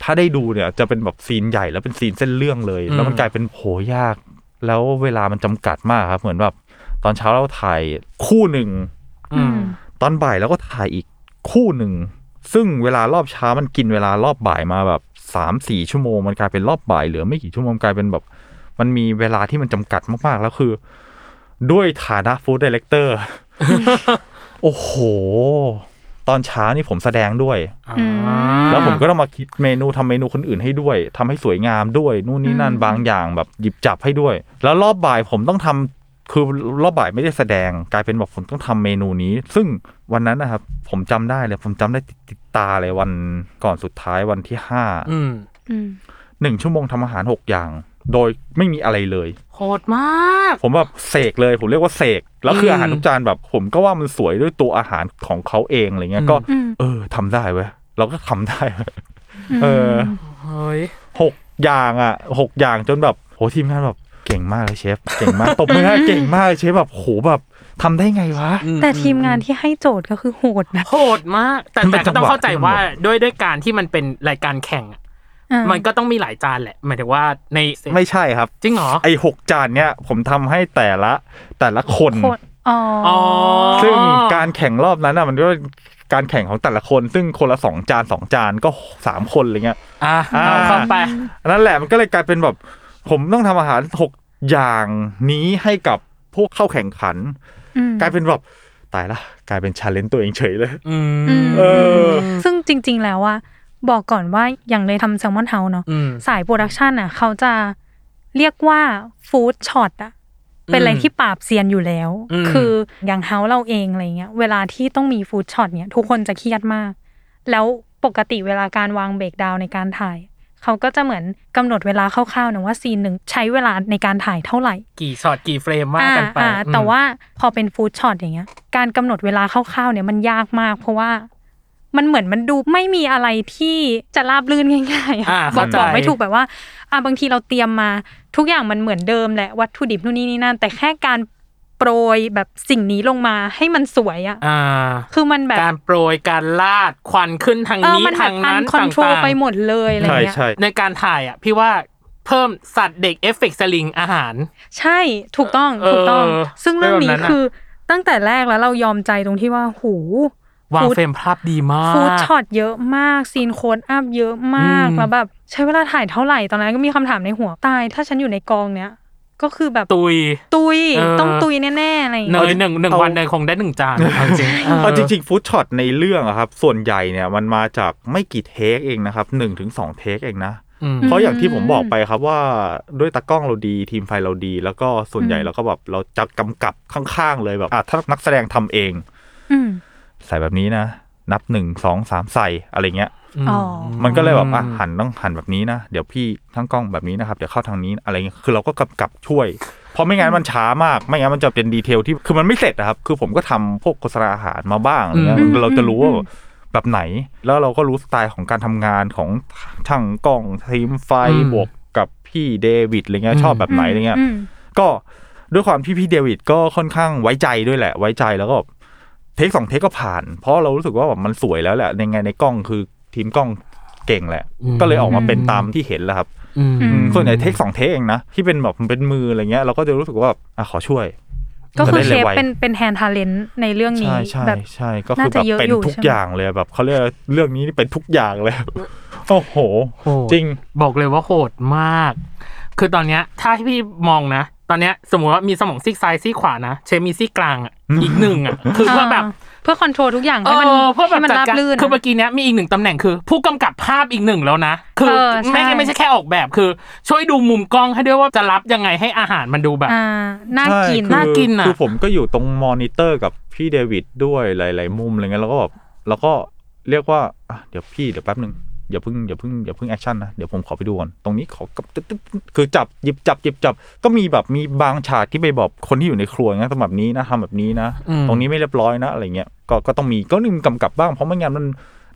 ถ้าได้ดูเนี่ยจะเป็นแบบซีนใหญ่แล้วเป็นซีนเส้นเรื่องเลย อืม แล้วมันกลายเป็นโหยาก แล้วเวลามันจำกัดมากครับ เหมือนแบบตอนเช้าเราถ่ายคู่หนึ่ง อืม ตอนบ่ายเราก็ถ่ายอีกคู่หนึ่ง ซึ่งเวลารอบเช้ามันกินเวลารอบบ่ายมาแบบสามสี่ชั่วโมง มันกลายเป็นรอบบ่ายเหลือไม่กี่ชั่วโมงกลายเป็นแบบ มันมีเวลาที่มันจำกัดมากๆ แล้วคือ ด้วยฐานะฟู้ดดีเลกเตอร์ *laughs* โอ้โห ตอนเช้านี่ผมแสดงด้วย อืม แล้วผมก็ต้องมาคิดเมนูทำเมนูคนอื่นให้ด้วยทำให้สวยงามด้วย นู่นนี่นั่น อืม บางอย่างแบบหยิบจับให้ด้วย แล้วรอบบ่ายผมต้องทำคือรอบบ่ายไม่ได้แสดงกลายเป็นแบบผมต้องทำเมนูนี้ ซึ่งวันนั้นนะครับ ผมจำได้เลย ผมจำได้ติดติดตาเลยวันก่อนสุดท้ายวันที่ห้า อืม อืม หนึ่งชั่วโมงทำอาหารหกอย่าง โดยไม่มีอะไรเลย โหดมาก ผมแบบเสกเลย ผมเรียกว่าเสกแล้วคือ ม อาหารทุกจานแบบ ผมก็ว่ามันสวยด้วยตัวอาหารของเขาเองอะไรเงี้ยก็ อืม เออทำได้เว้ยเราก็ทำได้เว้ยเออ เฮ้ย หกอย่างอ่ะหกอย่างจนแบบโหทีมงานแบบเก่งมากเลยเชฟ เก่งมาก *laughs* ตบมือให้เก่งมากเลยเชฟแบบโหแบบทำได้ไงวะ แต่ทีมงานที่ให้โจทย์ก็คือโหดนะ โหดมาก แต่ มันเป็ แต่ก็นต้องเข้าใจ จังหวะที่ ว่า มันแบบ ด้วยด้วยการที่มันเป็นรายการแข่งอะ อ่า มันก็ต้องมีหลายจานแหละ หมายถึงว่าใน ไม่ใช่ครับ จริงเหรอ ไอหกจานเนี้ยผมทำให้แต่ละแต่ละคน โหดอ๋ออ อ๋อ ซึ่งการแข่งรอบนั้นอ่ะมันก็การแข่งของแต่ละคน ซึ่งคนละสองจานสองจานก็สามคนอะไรเงี้ย อ่ะ อ่า เอาเข้าไป นั่นแหละมันก็เลยกลายเป็นแบบ ผมต้องทำอาหารหกอย่างนี้ให้กับพวกเข้าแข่งขัน อืม กลายเป็นแบบตายละกลายเป็นชาเลนจ์ตัวเองเฉยเลย อื อืม ม เออ ซึ่งจริง ๆ แล้วอะบอกก่อนว่าอย่างเลยทำแซลมอนเฮาเนาะ อืม สายโปรดักชันอ่ะเขาจะเรียกว่าฟู้ดช็อตอ่ะเป็นอะไรที่ปราบเซียนอยู่แล้ว อืม คืออย่างเฮาเราเองอะไรเงี้ย เวลาที่ต้องมีฟู้ดช็อตเนี่ย ทุกคนจะเครียดมาก แล้วปกติเวลาการวางเบรกดาวน์ในการถ่าย เขาก็จะเหมือนกำหนดเวลาคร่าวๆนะว่าซีนหนึ่งใช้เวลาในการถ่ายเท่าไหร่ กี่ช็อตกี่เฟรมว่ากันไป อ่า อื อ่าม แต่ว่าพอเป็นฟู้ดช็อตอย่างเงี้ย การกำหนดเวลาคร่าวๆเนี่ยมันยากมาก เพราะว่ามันเหมือนมันดูไม่มีอะไรที่จะราบรื่นง่ายๆอะ อ่า บอ เข้าก ใจ บอกไม่ถูกแบบว่าอ่าบางทีเราเตรียมมา ทุกอย่างมันเหมือนเดิมแหละวัตถุดิบนู่นนี่นี่นั่นแต่แค่การโปรยแบบสิ่งนี้ลงมาให้มันสวยอะ อ่า คือมันแบบ การโปรยการลาดควันขึ้นทาง เออ นี้ มันแบ ทา บ ง อั นั้น น คอนโทรล ต่างๆ ไปหมดเลยอะไร ใช่ เงี้ย ใช่ ในการถ่ายอ่ะ พี่ว่าเพิ่มสัตว์เด็กเอฟเฟกต์สลิงอาหาร ใช่ถูกต้องถูกต้อง เออ ซึ่งเรื่อง เรื่ นี้ องนั้นอะ คือตั้งแต่แรกแล้วเรายอมใจตรงที่ว่าหู วาง Food เฟรมภาพดีมาก ฟูดช็อตเยอะมาก ซีนโค้ดอัพเยอะมาก อืม แล้วแบบใช้เวลาถ่ายเท่าไหร่ตอนนั้นก็มีคำถามในหัวตาย ถ้าฉันอยู่ในกองเนี้ยก็คือแบบ ตุย ตุย เออ ต้องตุยแน่ๆอะไรอย่าง เน เงี้ย ยหนึ่งหนึ่ง เอา วันเนยคงได้หนึ่งจานเอาจริงๆ เอาจริงๆฟู้ดช็อตในเรื่องอะครับ ส่วนใหญ่เนี่ยมันมาจากไม่กี่เทคเองนะครับหนึ่งถึงสองเทคเองนะ อืม เพราะอย่างที่ผมบอกไปครับว่าด้วยตากล้องเราดีทีมไฟเราดี แล้วก็ส่วนใหญ่เราก็แบบเราจะกำกับข้างๆเลยแบบอ่ะถ้านักแสดงทำเอง อืม ใส่แบบนี้นะ นับหนึ่งสองสามใส่อะไรเงี้ย อ๋อ มันก็เลยแบบอ่ะ อืม หันต้องหันแบบนี้นะเดี๋ยวพี่ทั้งกล้องแบบนี้นะครับเดี๋ยวเข้าทางนี้อะไรเงี้ยคือเราก็กำกับช่วย เพราะไม่งั้นมันช้ามาก ไม่งั้นมันจะเป็นดีเทลที่คือมันไม่เสร็จนะครับ คือผมก็ทำพวกโฆษณาอาหารมาบ้างอะไรเงี้ย อืม เราจะรู้ว่าแบบไหน แล้วเราก็รู้สไตล์ของการทำงานของช่างกล้องทีมไฟ อืม บวกกับพี่เดวิดอะไรเงี้ยชอบแบบไหนอะไรเงี้ย ม ก็ด้วยความที่พี่เดวิดก็ค่อนข้างไว้ใจด้วยแหละ ไว้ใจแล้วก็แบบเทคสองเทคก็ผ่าน เพราะเรารู้สึกว่าแบบมันสวยแล้วแหละในไงในกล้องคือทีมกล้องเก่งแหละ อืม ก็เลยออกมาเป็นตามที่เห็นแหละครับ อืม อืมส่วนใหญ่เทคสองเทคเองนะ ที่เป็นแบบเป็นมืออะไรเงี้ยเราก็จะรู้สึกว่าแบบอ่ะขอช่วย ก็คือ จะ เช ได้เร็ว ฟ ไว เป็นเป็นแฮนด์ทาเลนต์ในเรื่องนี้ ใช่ใช่ แบบ ใช่ก็คือ น่า แบ จะ บ เยอะ เป็น อยู่ ทุก ใช่ไหม อย่างเลยแบบเขาเรียกว่าเรื่องนี้นี่เป็นทุกอย่างเลย โอ้โห โหด จริง บอกเลยว่าโหดมาก คือตอนเนี้ยถ้าให้พี่มองนะ ตอนเนี้ยสมมติว่ามีสมองซีกซ้ายซีกขวานะ เชฟมีซีกกลางอ่ะอีกหนึ่งอ่ะ *laughs* คือเพื่อแบบ อ่าเพื่อคอนโทรลทุกอย่างให้มัน เออเพื่อแบ ให้ บ มัน จัด ราบ การ ลื่น คือเมื่อกี้เนี้ยมีอีกหนึ่งตำแหน่งคือ ผู้กำกับภาพอีกหนึ่งแล้วนะ คือ เออใช่ ไม่ไม่ใช่แค่ออกแบบคือ ช่วยดูมุมกล้องให้ด้วยว่าจะรับยังไงให้อาหารมันดูแบบ อ่าน่า ใช่ กิน คือ น่ากินอะ คือผมก็อยู่ตรงมอนิเตอร์กับพี่เดวิดด้วยหลาย ๆ มุมอะไรเงี้ยแล้วก็แบบแล้วก็เรียกว่าอ่ะเดี๋ยวพี่เดี๋ยวแป๊บหนึ่งอย่าเพิ่งอย่าเพิ่งอย่าเพิ่งแอคชั่นนะ เดี๋ยวผมขอไปดูก่อน ตรงนี้ขอกลับตึ๊ดตึ๊ดตึ๊ดคือจับหยิบจับหยิบจับ ก็มีแบบมีบางฉากที่ไปบอกคนที่อยู่ในครัวนะทำแบบนี้นะทำแบบนี้นะ อืม ตรงนี้ไม่เรียบร้อยนะอะไรเงี้ยก็ก็ต้องมีก็นึงกำกับบ้างเพราะไม่งั้นมัน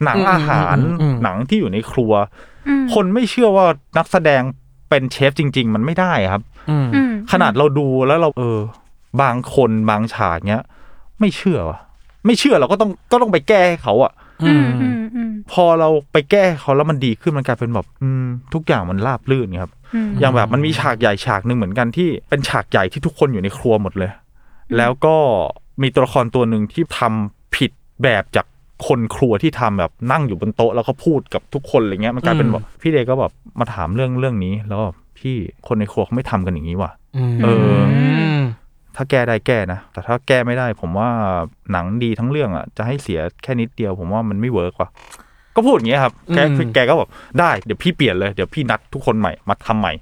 หนัง อืม อาหาร อืมอืม หนังที่อยู่ในครัว อืม คนไม่เชื่อว่านักแสดงเป็นเชฟจริง ๆ มันไม่ได้ครับ อืม อืม ขนาดเราดูแล้วเราเออบางคนบางฉากเนี้ย ไม่เชื่อวะไม่เชื่อเราก็ต้องก็ต้องไปแก้ให้เขาอะ อืมอืมอืม พอเราไปแก้ให้เขาแล้วมันดีขึ้นมันกลายเป็นแบบอืมทุกอย่างมันราบรื่นครับ อืม อย่างแบบมันมีฉากใหญ่ฉากหนึ่งเหมือนกันที่เป็นฉากใหญ่ที่ทุกคนอยู่ในครัวหมดเลย แล้วก็มีตัวละครตัวหนึ่งที่ทำผิดแบบจากคนครัวที่ทำแบบนั่งอยู่บนโต๊ะแล้วก็พูดกับทุกคนอะไรเงี้ยมันกลายเป็นแบบพี่เดก็แบบมาถามเรื่องเรื่องนี้ แล้วก็พี่คนในครัวเขาไม่ทำกันอย่างนี้ว่ะ เออ ม ถ้าแก้ได้แก้นะ แต่ถ้าแก้ไม่ได้ ผมว่าหนังดีทั้งเรื่องอ่ะ จะให้เสียแค่นิดเดียว ผมว่ามันไม่เวิร์กว่ะ ก็พูดอย่างเงี้ยครับ แก อืม แกก็บอกได้ เดี๋ยวพี่เปลี่ยนเลย เดี๋ยวพี่นัดทุกคนใหม่ มาทำใหม่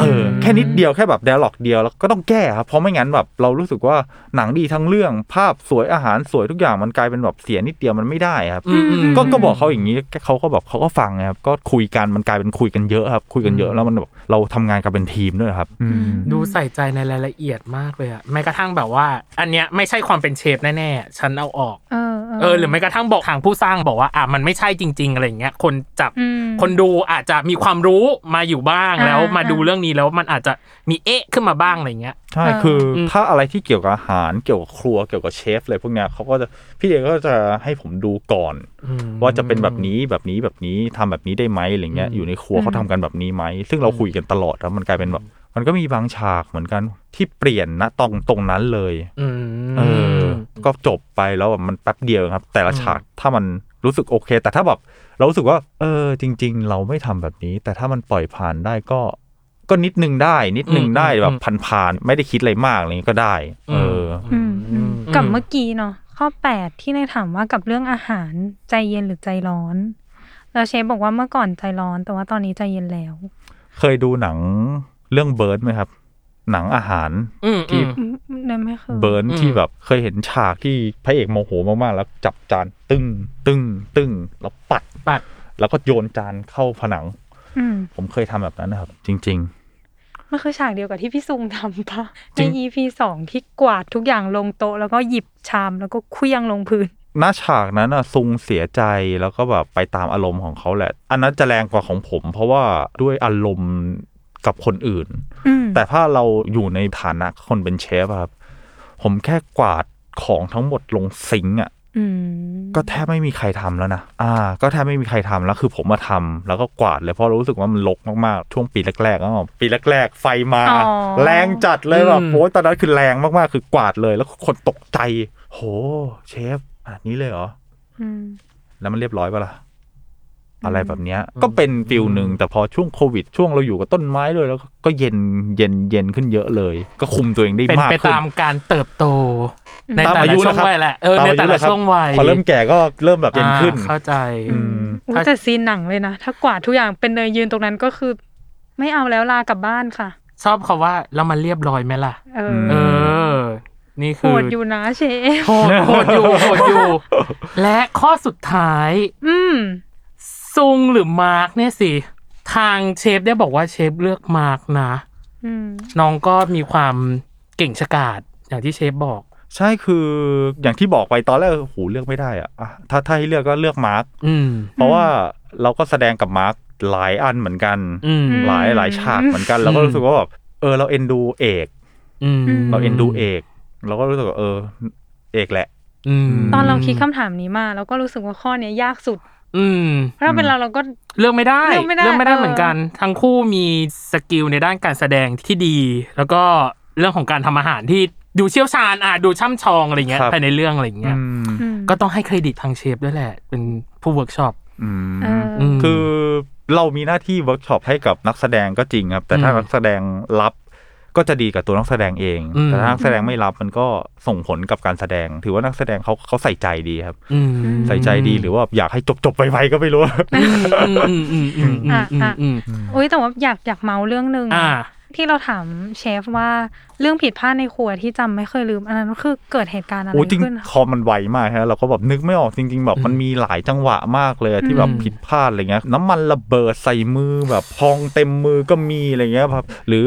เออ แค่นิดเดียวแค่แบบ d ด a l ล็อกเดียวแล้วก็ต้องแก้ครับ เพราะไม่งั้นแบบเรารู้สึกว่าหนังดีทั้งเรื่อง ภาพสวยอาหารสวยทุกอย่างมันกลายเป็นแบบเสียนิดเดียวมันไม่ได้ครับ อืมอืม ก็ก็บอกเขาอย่างนี้เขาก็แบบเขาก็ฟังนะครับ ก็คุยกันมันกลายเป็นคุยกันเยอะครับ คุยกันเยอะแล้วมันแบบเราทำงานกันเป็นทีมด้วยครับ อืม ดูใส่ใจในรายละเอียดมากเลยอะแม้กระทั่งแบบว่า อันเนี้ยไม่ใช่ความเป็นเชฟแน่ๆ ฉันเอาออก เออ เออหรือแม้กระทั่งบอกทางผู้สร้างบอกว่าอ่ะมันไม่ใช่จริง ๆ อะไรอย่างเงี้ย คนจับ อืม คนดูอาจจะมีความรู้มาอยู่บ้าง อ่า แล้วมาดูเรื่องนี้แล้วมันอาจจะมีเอ๊ะขึ้นมาบ้างอะไรเงี้ย ใช่ เออ คืออ ม ถ้าอะไรที่เกี่ยวกับอาหาร เกี่ยวกับครัว เกี่ยวกับเชฟอะไรพวกเนี้ยเขาก็จะ พี่เอกก็จะให้ผมดูก่อน ว่าจะเป็นแบบนี้แบบนี้แบบนี้ทำแบบนี้ได้ไหมอะไรเงี้ย อยู่ในครัวเขาทำกันแบบนี้ไหม ซึ่งเราคุยกันตลอดแล้วมันกลายเป็นแบบ มันก็มีบางฉากเหมือนกันที่เปลี่ยนนะตรงตรงนั้นเลย อืม เออ ก็จบไปแล้วแบบมันแป๊บเดียวครับ แต่ละฉากถ้ามันรู้สึกโอเค แต่ถ้าแบบเรารู้สึกว่า เออ จริง ๆ เราไม่ทำแบบนี้ แต่ถ้ามันปล่อยผ่านได้ก็ ก็นิดนึงได้ นิดนึงได้ อืม แบบผ่านๆไม่ได้คิดอะไรมากอะไรเงี้ยก็ได้ เอออ ม อืมอืม อืม กับเมื่อกี้เนาะข้อ 8 ที่นายถามว่ากับเรื่องอาหารใจเย็นหรือใจร้อน แล้วเชฟบอกว่าเมื่อก่อนใจร้อน แต่ว่าตอนนี้ใจเย็นแล้ว เคยดูหนังเรื่องเบิร์ดไหมครับ หนังอาหาร อืม ที่ อืม อืมเนยไม่เคย เบิร์น อืม ที่แบบเคยเห็นฉากที่พระเอกโมโหมากๆ แล้วจับจานตึ้งตึ้งตึ้งแล้วปัด ปัด แล้วก็โยนจานเข้าผนัง อืม ผมเคยทำแบบนั้นนะครับ จริง มันคือฉากเดียวกับที่พี่ซุงทำปะ จ ใน ริง EP สองที่กวาดทุกอย่างลงโต๊ะแล้วก็หยิบชามแล้วก็เคลี้ยงลงพื้น ๆหน้าฉากนั้นอะซุงเสียใจแล้วก็แบบไปตามอารมณ์ของเขาแหละ อันนั้นจะแรงกว่าของผม เพราะว่าด้วยอารมณ์กับคนอื่น อืม แต่ถ้าเราอยู่ในฐานะคนเป็นเชฟอะครับ ผมแค่กวาดของทั้งหมดลงซิงค์อะ อืม ก็แทบไม่มีใครทำแล้วนะอ่า ก็แทบไม่มีใครทำแล้วคือผมมาทำแล้วก็กวาดเลยเพราะรู้สึกว่ามันรกมากๆ ช่วงปีแรกๆก็ปีแรกๆ ไฟมา แรงจัดเลยแบบ อืม โอ้ยตอนนั้นคือแรงมากๆ คือกวาดเลย แล้วคนตกใจ โห เชฟอันนี้เลยเหรอ อืม แล้วมันเรียบร้อยปะล่ะ อะไรแบบเนี้ย ก็เป็นฟิลหนึ่งแต่พอช่วงโควิด ช่วงเราอยู่กับต้นไม้เลยแล้วก็เย็นเย็นเย็นขึ้นเยอะเลย ก็คุมตัวเองได้ เป็น มาก ไป ขึ้น ตามการเติบโต ใน ตาม แต่ อา ละ ยุ ช่ว นะ ง ครับ วัยแหละเออ ตาม ใน อายุ แต่ละ นะครับ ช่วงวัย พอเริ่มแก่ก็เริ่มแบบเย็นขึ้น อ่าเข้าใจ อืม อุ้ย ถ้า แต่ซีนหนังเลยนะ ถ้ากวาดทุกอย่างเป็นเนยยืนตรงนั้นก็คือ ไม่เอาแล้วลากลับบ้านค่ะ ชอบคาว่าแล้วมันเรียบร้อยไหมล่ะ เออมเออ นี่ โห คือ ดอยู่นะเชฟ โหดโหดอยู่โหด *laughs* อยู่ และข้อสุดท้าย อืม ซุงหรือมาร์กเนี่ยสิ ทางเชฟได้บอกว่าเชฟเลือกมาร์กนะ อืม น้องก็มีความเก่งฉกาจอย่างที่เชฟบอก ใช่คืออย่างที่บอกไปตอนแรกโอ้โหูเลือกไม่ได้อะอ่ะถ้าถ้าให้เลือกก็เลือกมาร์ค อืม เพราะว่าเราก็แสดงกับมาร์คหลายอันเหมือนกัน อืม หลายหลายฉากเหมือนกันเราก็รู้สึกว่าแบบเออเราเอ็นดูเอก อืม เราเอ็นดูเอกเราก็รู้สึกว่าเออ เอกแหละ อืม ตอนเราคิดคำถามนี้มาเราก็รู้สึกว่าข้อเนี้ยยากสุด อืม เพราะถ้าเป็นเราเราก็ เลือกไม่ได้ เลือกไม่ได้เออ เหมือนกัน ทั้งคู่มีสกิลในด้านการแสดงที่ดี แล้วก็เรื่องของการทำอาหารที่ดูเชี่ยวชาญอ่ะดูช่ำชองอะไรเงี้ย ครับ ภายในเรื่องอะไรเงี้ย อืม ก็ต้องให้เครดิตทางเชฟด้วยแหละ เป็นผู้เวิร์กช็อป อืม เอออ ม คือเรามีหน้าที่เวิร์กช็อปให้กับนักแสดงก็จริงครับ แต่ถ้า อืม นักแสดงรับก็จะดีกับตัวนักแสดงเอง อืม แต่ถ้านักแสดงไม่รับมันก็ส่งผลกับการแสดง ถือว่านักแสดงเขาเขาใส่ใจดีครับ ม ใส่ใจดีหรือว่าอยากให้จบจบๆไปๆก็ไม่รู้ อืมอืมอืมอืมอืมอืมอืม อุ้ยแต่ว่าอยากอยากเมาเรื่องหนึ่ง อ่า ที่เราถามเชฟว่าเรื่องผิดพลาดในครัวที่จำไม่เคยลืม อันนั้นคือเกิดเหตุการณ์อะไร โอ้ยจริง ขึ้นอะ คอมมันไวมากฮะเราก็แบบนึกไม่ออกจริง ๆ แบบมันมีหลายจังหวะมากเลยอะที่แบบ อืม ผิดพลาดอะไรเงี้ย น้ำมันระเบิดใส่มือแบบพองเต็มมือก็มีอะไรเงี้ยครับหรือ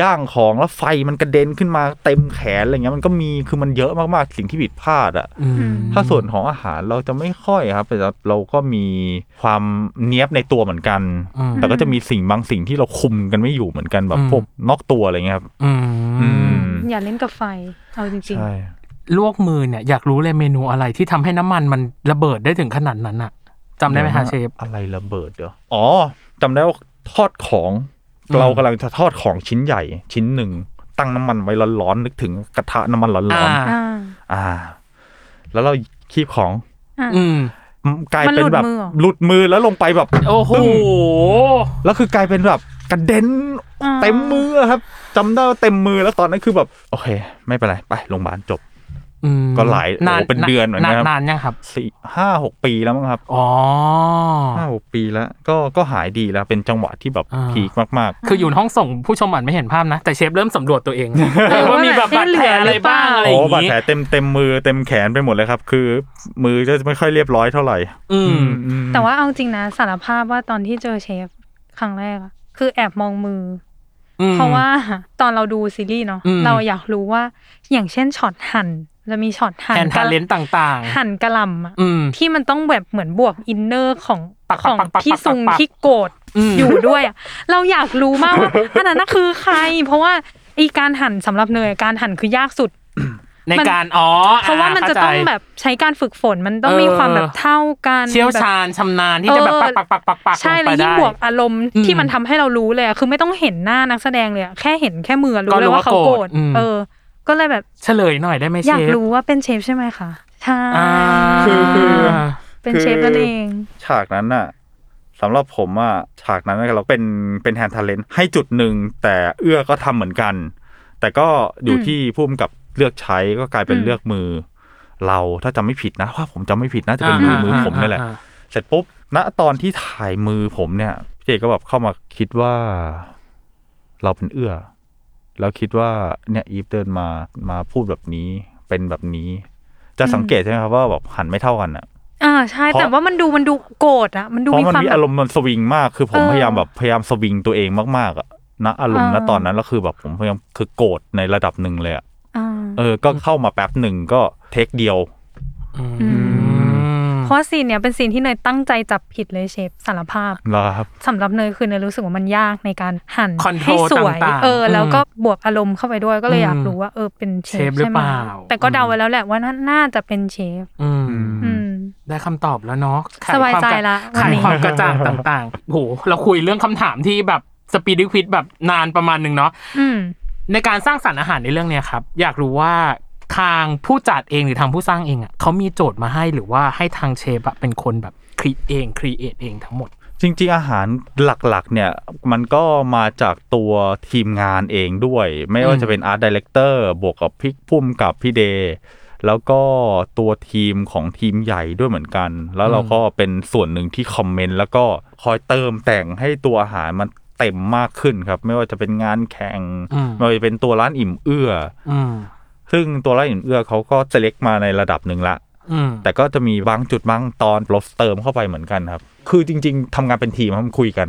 ย่างของแล้วไฟมันกระเด็นขึ้นมาเต็มแขนอะไรเงี้ยมันก็มีคือมันเยอะมากๆสิ่งที่ผิดพลาดอะ อืม ถ้าส่วนของอาหารเราจะไม่ค่อยครับแต่เราก็มีความเนี้ยบในตัวเหมือนกัน อืม แต่ก็จะมีสิ่งบางสิ่งที่เราคุมกันไม่อยู่เหมือนกันแบบ อืม พวกนอกตัวอะไรเงี้ยครับ อื อื ม ม อย่าเล่นกับไฟ เอาจริง ใช่ ลวกมือเนี่ยอยากรู้เลยเมนูอะไรที่ทำให้น้ำมันมันระเบิดได้ถึงขนาดนั้นอะจำได้ไหมฮะเชฟ อะไรระเบิดเดี๋ยวอ๋อจำได้ว่าทอดของ อืม เรากำลังจะทอดของชิ้นใหญ่ ชิ้นหนึ่ง ตั้งน้ำมันไว้ร้อนๆนึกถึงกระทะน้ำมันร้ อ่า อน ๆอ่า ๆอ่า แล้วเราคีบของ อืม อืมกลายเป็นแบบ มันหลุดมือเหรอ หลุดมือแล้วลงไปแบบ โอ้โห ตึ้มแล้วคือกลายเป็นแบบกระเด็น อ่า เต็มมืออะครับจำได้ว่าเต็มมือแล้วตอนนั้นคือแบบโอเค ไม่เป็นไรไปโรงพยาบาลจบ อืม ก็หลายโอ้โหเป็นเดือนเหมือนกันครับ นานยังครับ สี่ห้าหกปีแล้วมั้งครับ อ๋อ ห้าหกปีแล้ว ก็ก็หายดีแล้วเป็นจังหวะที่แบบ อ่า พีคมากๆ คืออยู่ในห้องส่งผู้ชมอาจไม่เห็นภาพนะ แต่เชฟเริ่มสำรวจตัวเอง *laughs* เออ ว่ามีแบบบาดแผลอะไรบ้าง เอ๊ะเหลือหรืออะไรอเปล่าโอ้ ย่าง บาด งี้ แผลเต็มเต็มมือเต็มแขนไปหมดเลยครับ คือมือจะไม่ค่อยเรียบร้อยเท่าไหร่ อืม อืม แต่ว่าเอาจริงนะสารภาพว่าตอนที่เจอเชฟครั้งแรกอะคือแอบมองมืออเพราะว่าตอนเราดูซีรีส์เนาะ อืม เราอยากรู้ว่าอย่างเช่นช็อตหั่นจะมีช็อตหั่น แอนทาเลนต์ต่าง หั่นกระหลำอะ ๆ อืม ที่มันต้องแบบเหมือนบวกอินเนอร์ของ ปักปั ขอก ง ปักปัก พี่ซุง ปักปัก ที่โกรธ ม อยู่ด้วยอะเราอยากรู้มาก *laughs* ว่า อันนั้นน่ะคือใคร เพราะว่าไอการหั่นสำหรับเนยอะการหั่นคือยากสุด ใน มัน การอ๋อ เพราะว่ามันจะต้อง เข้ใจ แบบใช้การฝึกฝนมันต้องมีความแบบเท่ากัน เชี่ยว แบบ ชาญชำนาญที่จะแบบ เออ ปักปักปักปักปัก ใช่ ลง แล้ ไป วยิ่ง ได้ บวกอารมณ์ อืม ที่มันทำให้เรารู้เลยอะคือไม่ต้องเห็นหน้านักแสดงเลยอะแค่เห็นแค่มือรู้ ก็รู้ เลยว่าเขา ว่าโก โก ร ร ธ ธ อืม เออ ก็เลยแบบ เฉลยหน่อยได้ไหมเชฟอยอากรู้ว่าเป็นเชฟใช่ไหมคะใช่ อ่า คือคือ เป็นเชฟนั่นเอง ฉากนั้นอะสำหรับผมอะฉากนั้นเราเป็นเป็นแฮนด์ทาเลนต์ให้จุดหนึ่งแต่เอื้อก็ทำเหมือนกัน แต่ก็อยู่ อืม ที่พุ่มกับเลือกใช้ก็กลายเป็น อืม เลือกมือ เราถ้าจำไม่ผิดนะว่าผมจำไม่ผิดน่าจะเป็นมือ อ่า มือผมนี่แหละ อ่า เสร็จปุ๊บ ณ ตอนที่ถ่ายมือผมเนี่ยพี่เอกก็แบบเข้ามาคิดว่า เราเป็นเอื้อ แล้วคิดว่าเนี่ยอีฟเดินมามาพูดแบบนี้เป็นแบบนี้ จะสังเกตใช่ไหมครับว่าแบบหันไม่เท่ากันอะ อ่าใช่ เพราะ แต่ว่ามันดูมันดูโกรธอะมันดู เพ มี ราะมัน ความ มี แบบ อารมณ์มันสวิงมาก คือผม เออ พยายามแบบพยายามสวิงตัวเองมากๆอะนะอารมณ์ เอ ณ อ ตอนนั้นแล้วคือแบบผมพยายามคือโกรธในระดับหนึ่งเลยอะ อ่า เออ ก็เข้ามาแป๊บหนึ่งก็เทคเดียว เพราะว่าซีนเนี้ยเป็นซีนที่เนยตั้งใจจับผิดเลยเชฟสารภาพ แล้วครับ สำหรับเนยคือเนยรู้สึกว่ามันยากในการหั่น Control ให้สวย ต่างๆ เอออ ม แล้วก็บวกอารมณ์เข้าไปด้วยก็เลยอยาก อืม รู้ว่าเออเป็นเช เช ฟ ฟหรือ ใช่ไหม เปล่า แต่ก็เดาไว้แล้วแหละว่าน่าน่าจะเป็นเชฟ อืม อืม ได้คำตอบแล้วเนาะไข สบายใจ ควมกร ละวัน ไขาย นี้ ความกระจ่างต่างๆโหเราคุยเรื่องคำถามที่แบบสปีดควิดแบบนานประมาณหนึ่งเนาะ อืม ในการสร้างสรรค์อาหารในเรื่องเนี้ยครับ อยากรู้ว่าทางผู้จัดเองหรือทางผู้สร้างเองอ่ะเขามีโจทย์มาให้หรือว่าให้ทางเชฟอะเป็นคนแบบคิดเองครีเอทเองทั้งหมด จริงๆอาหารหลักๆ เนี่ย มันก็มาจากตัวทีมงานเองด้วย ไม่ว่า อืม จะเป็นอาร์ตดีเลกเตอร์บวกกับพิกพุ่มกับพี่เดย์แล้วก็ตัวทีมของทีมใหญ่ด้วยเหมือนกัน แล้วเราก็เป็นส่วนหนึ่งที่คอมเมนต์แล้วก็คอยเติมแต่งให้ตัวอาหารมันเต็มมากขึ้นครับ ไม่ว่าจะเป็นงานแข่ง อืม ไม่ว่าจะเป็นตัวร้านอิ่มเอื้อ อืม ซึ่งตัวร้านอิ่มเอื้อเขาก็เซเล็กมาในระดับหนึ่งละ อืม แต่ก็จะมีบางจุดบางตอนลดเติมเข้าไปเหมือนกันครับ คือจริง ๆทำงานเป็นทีมครับคุยกัน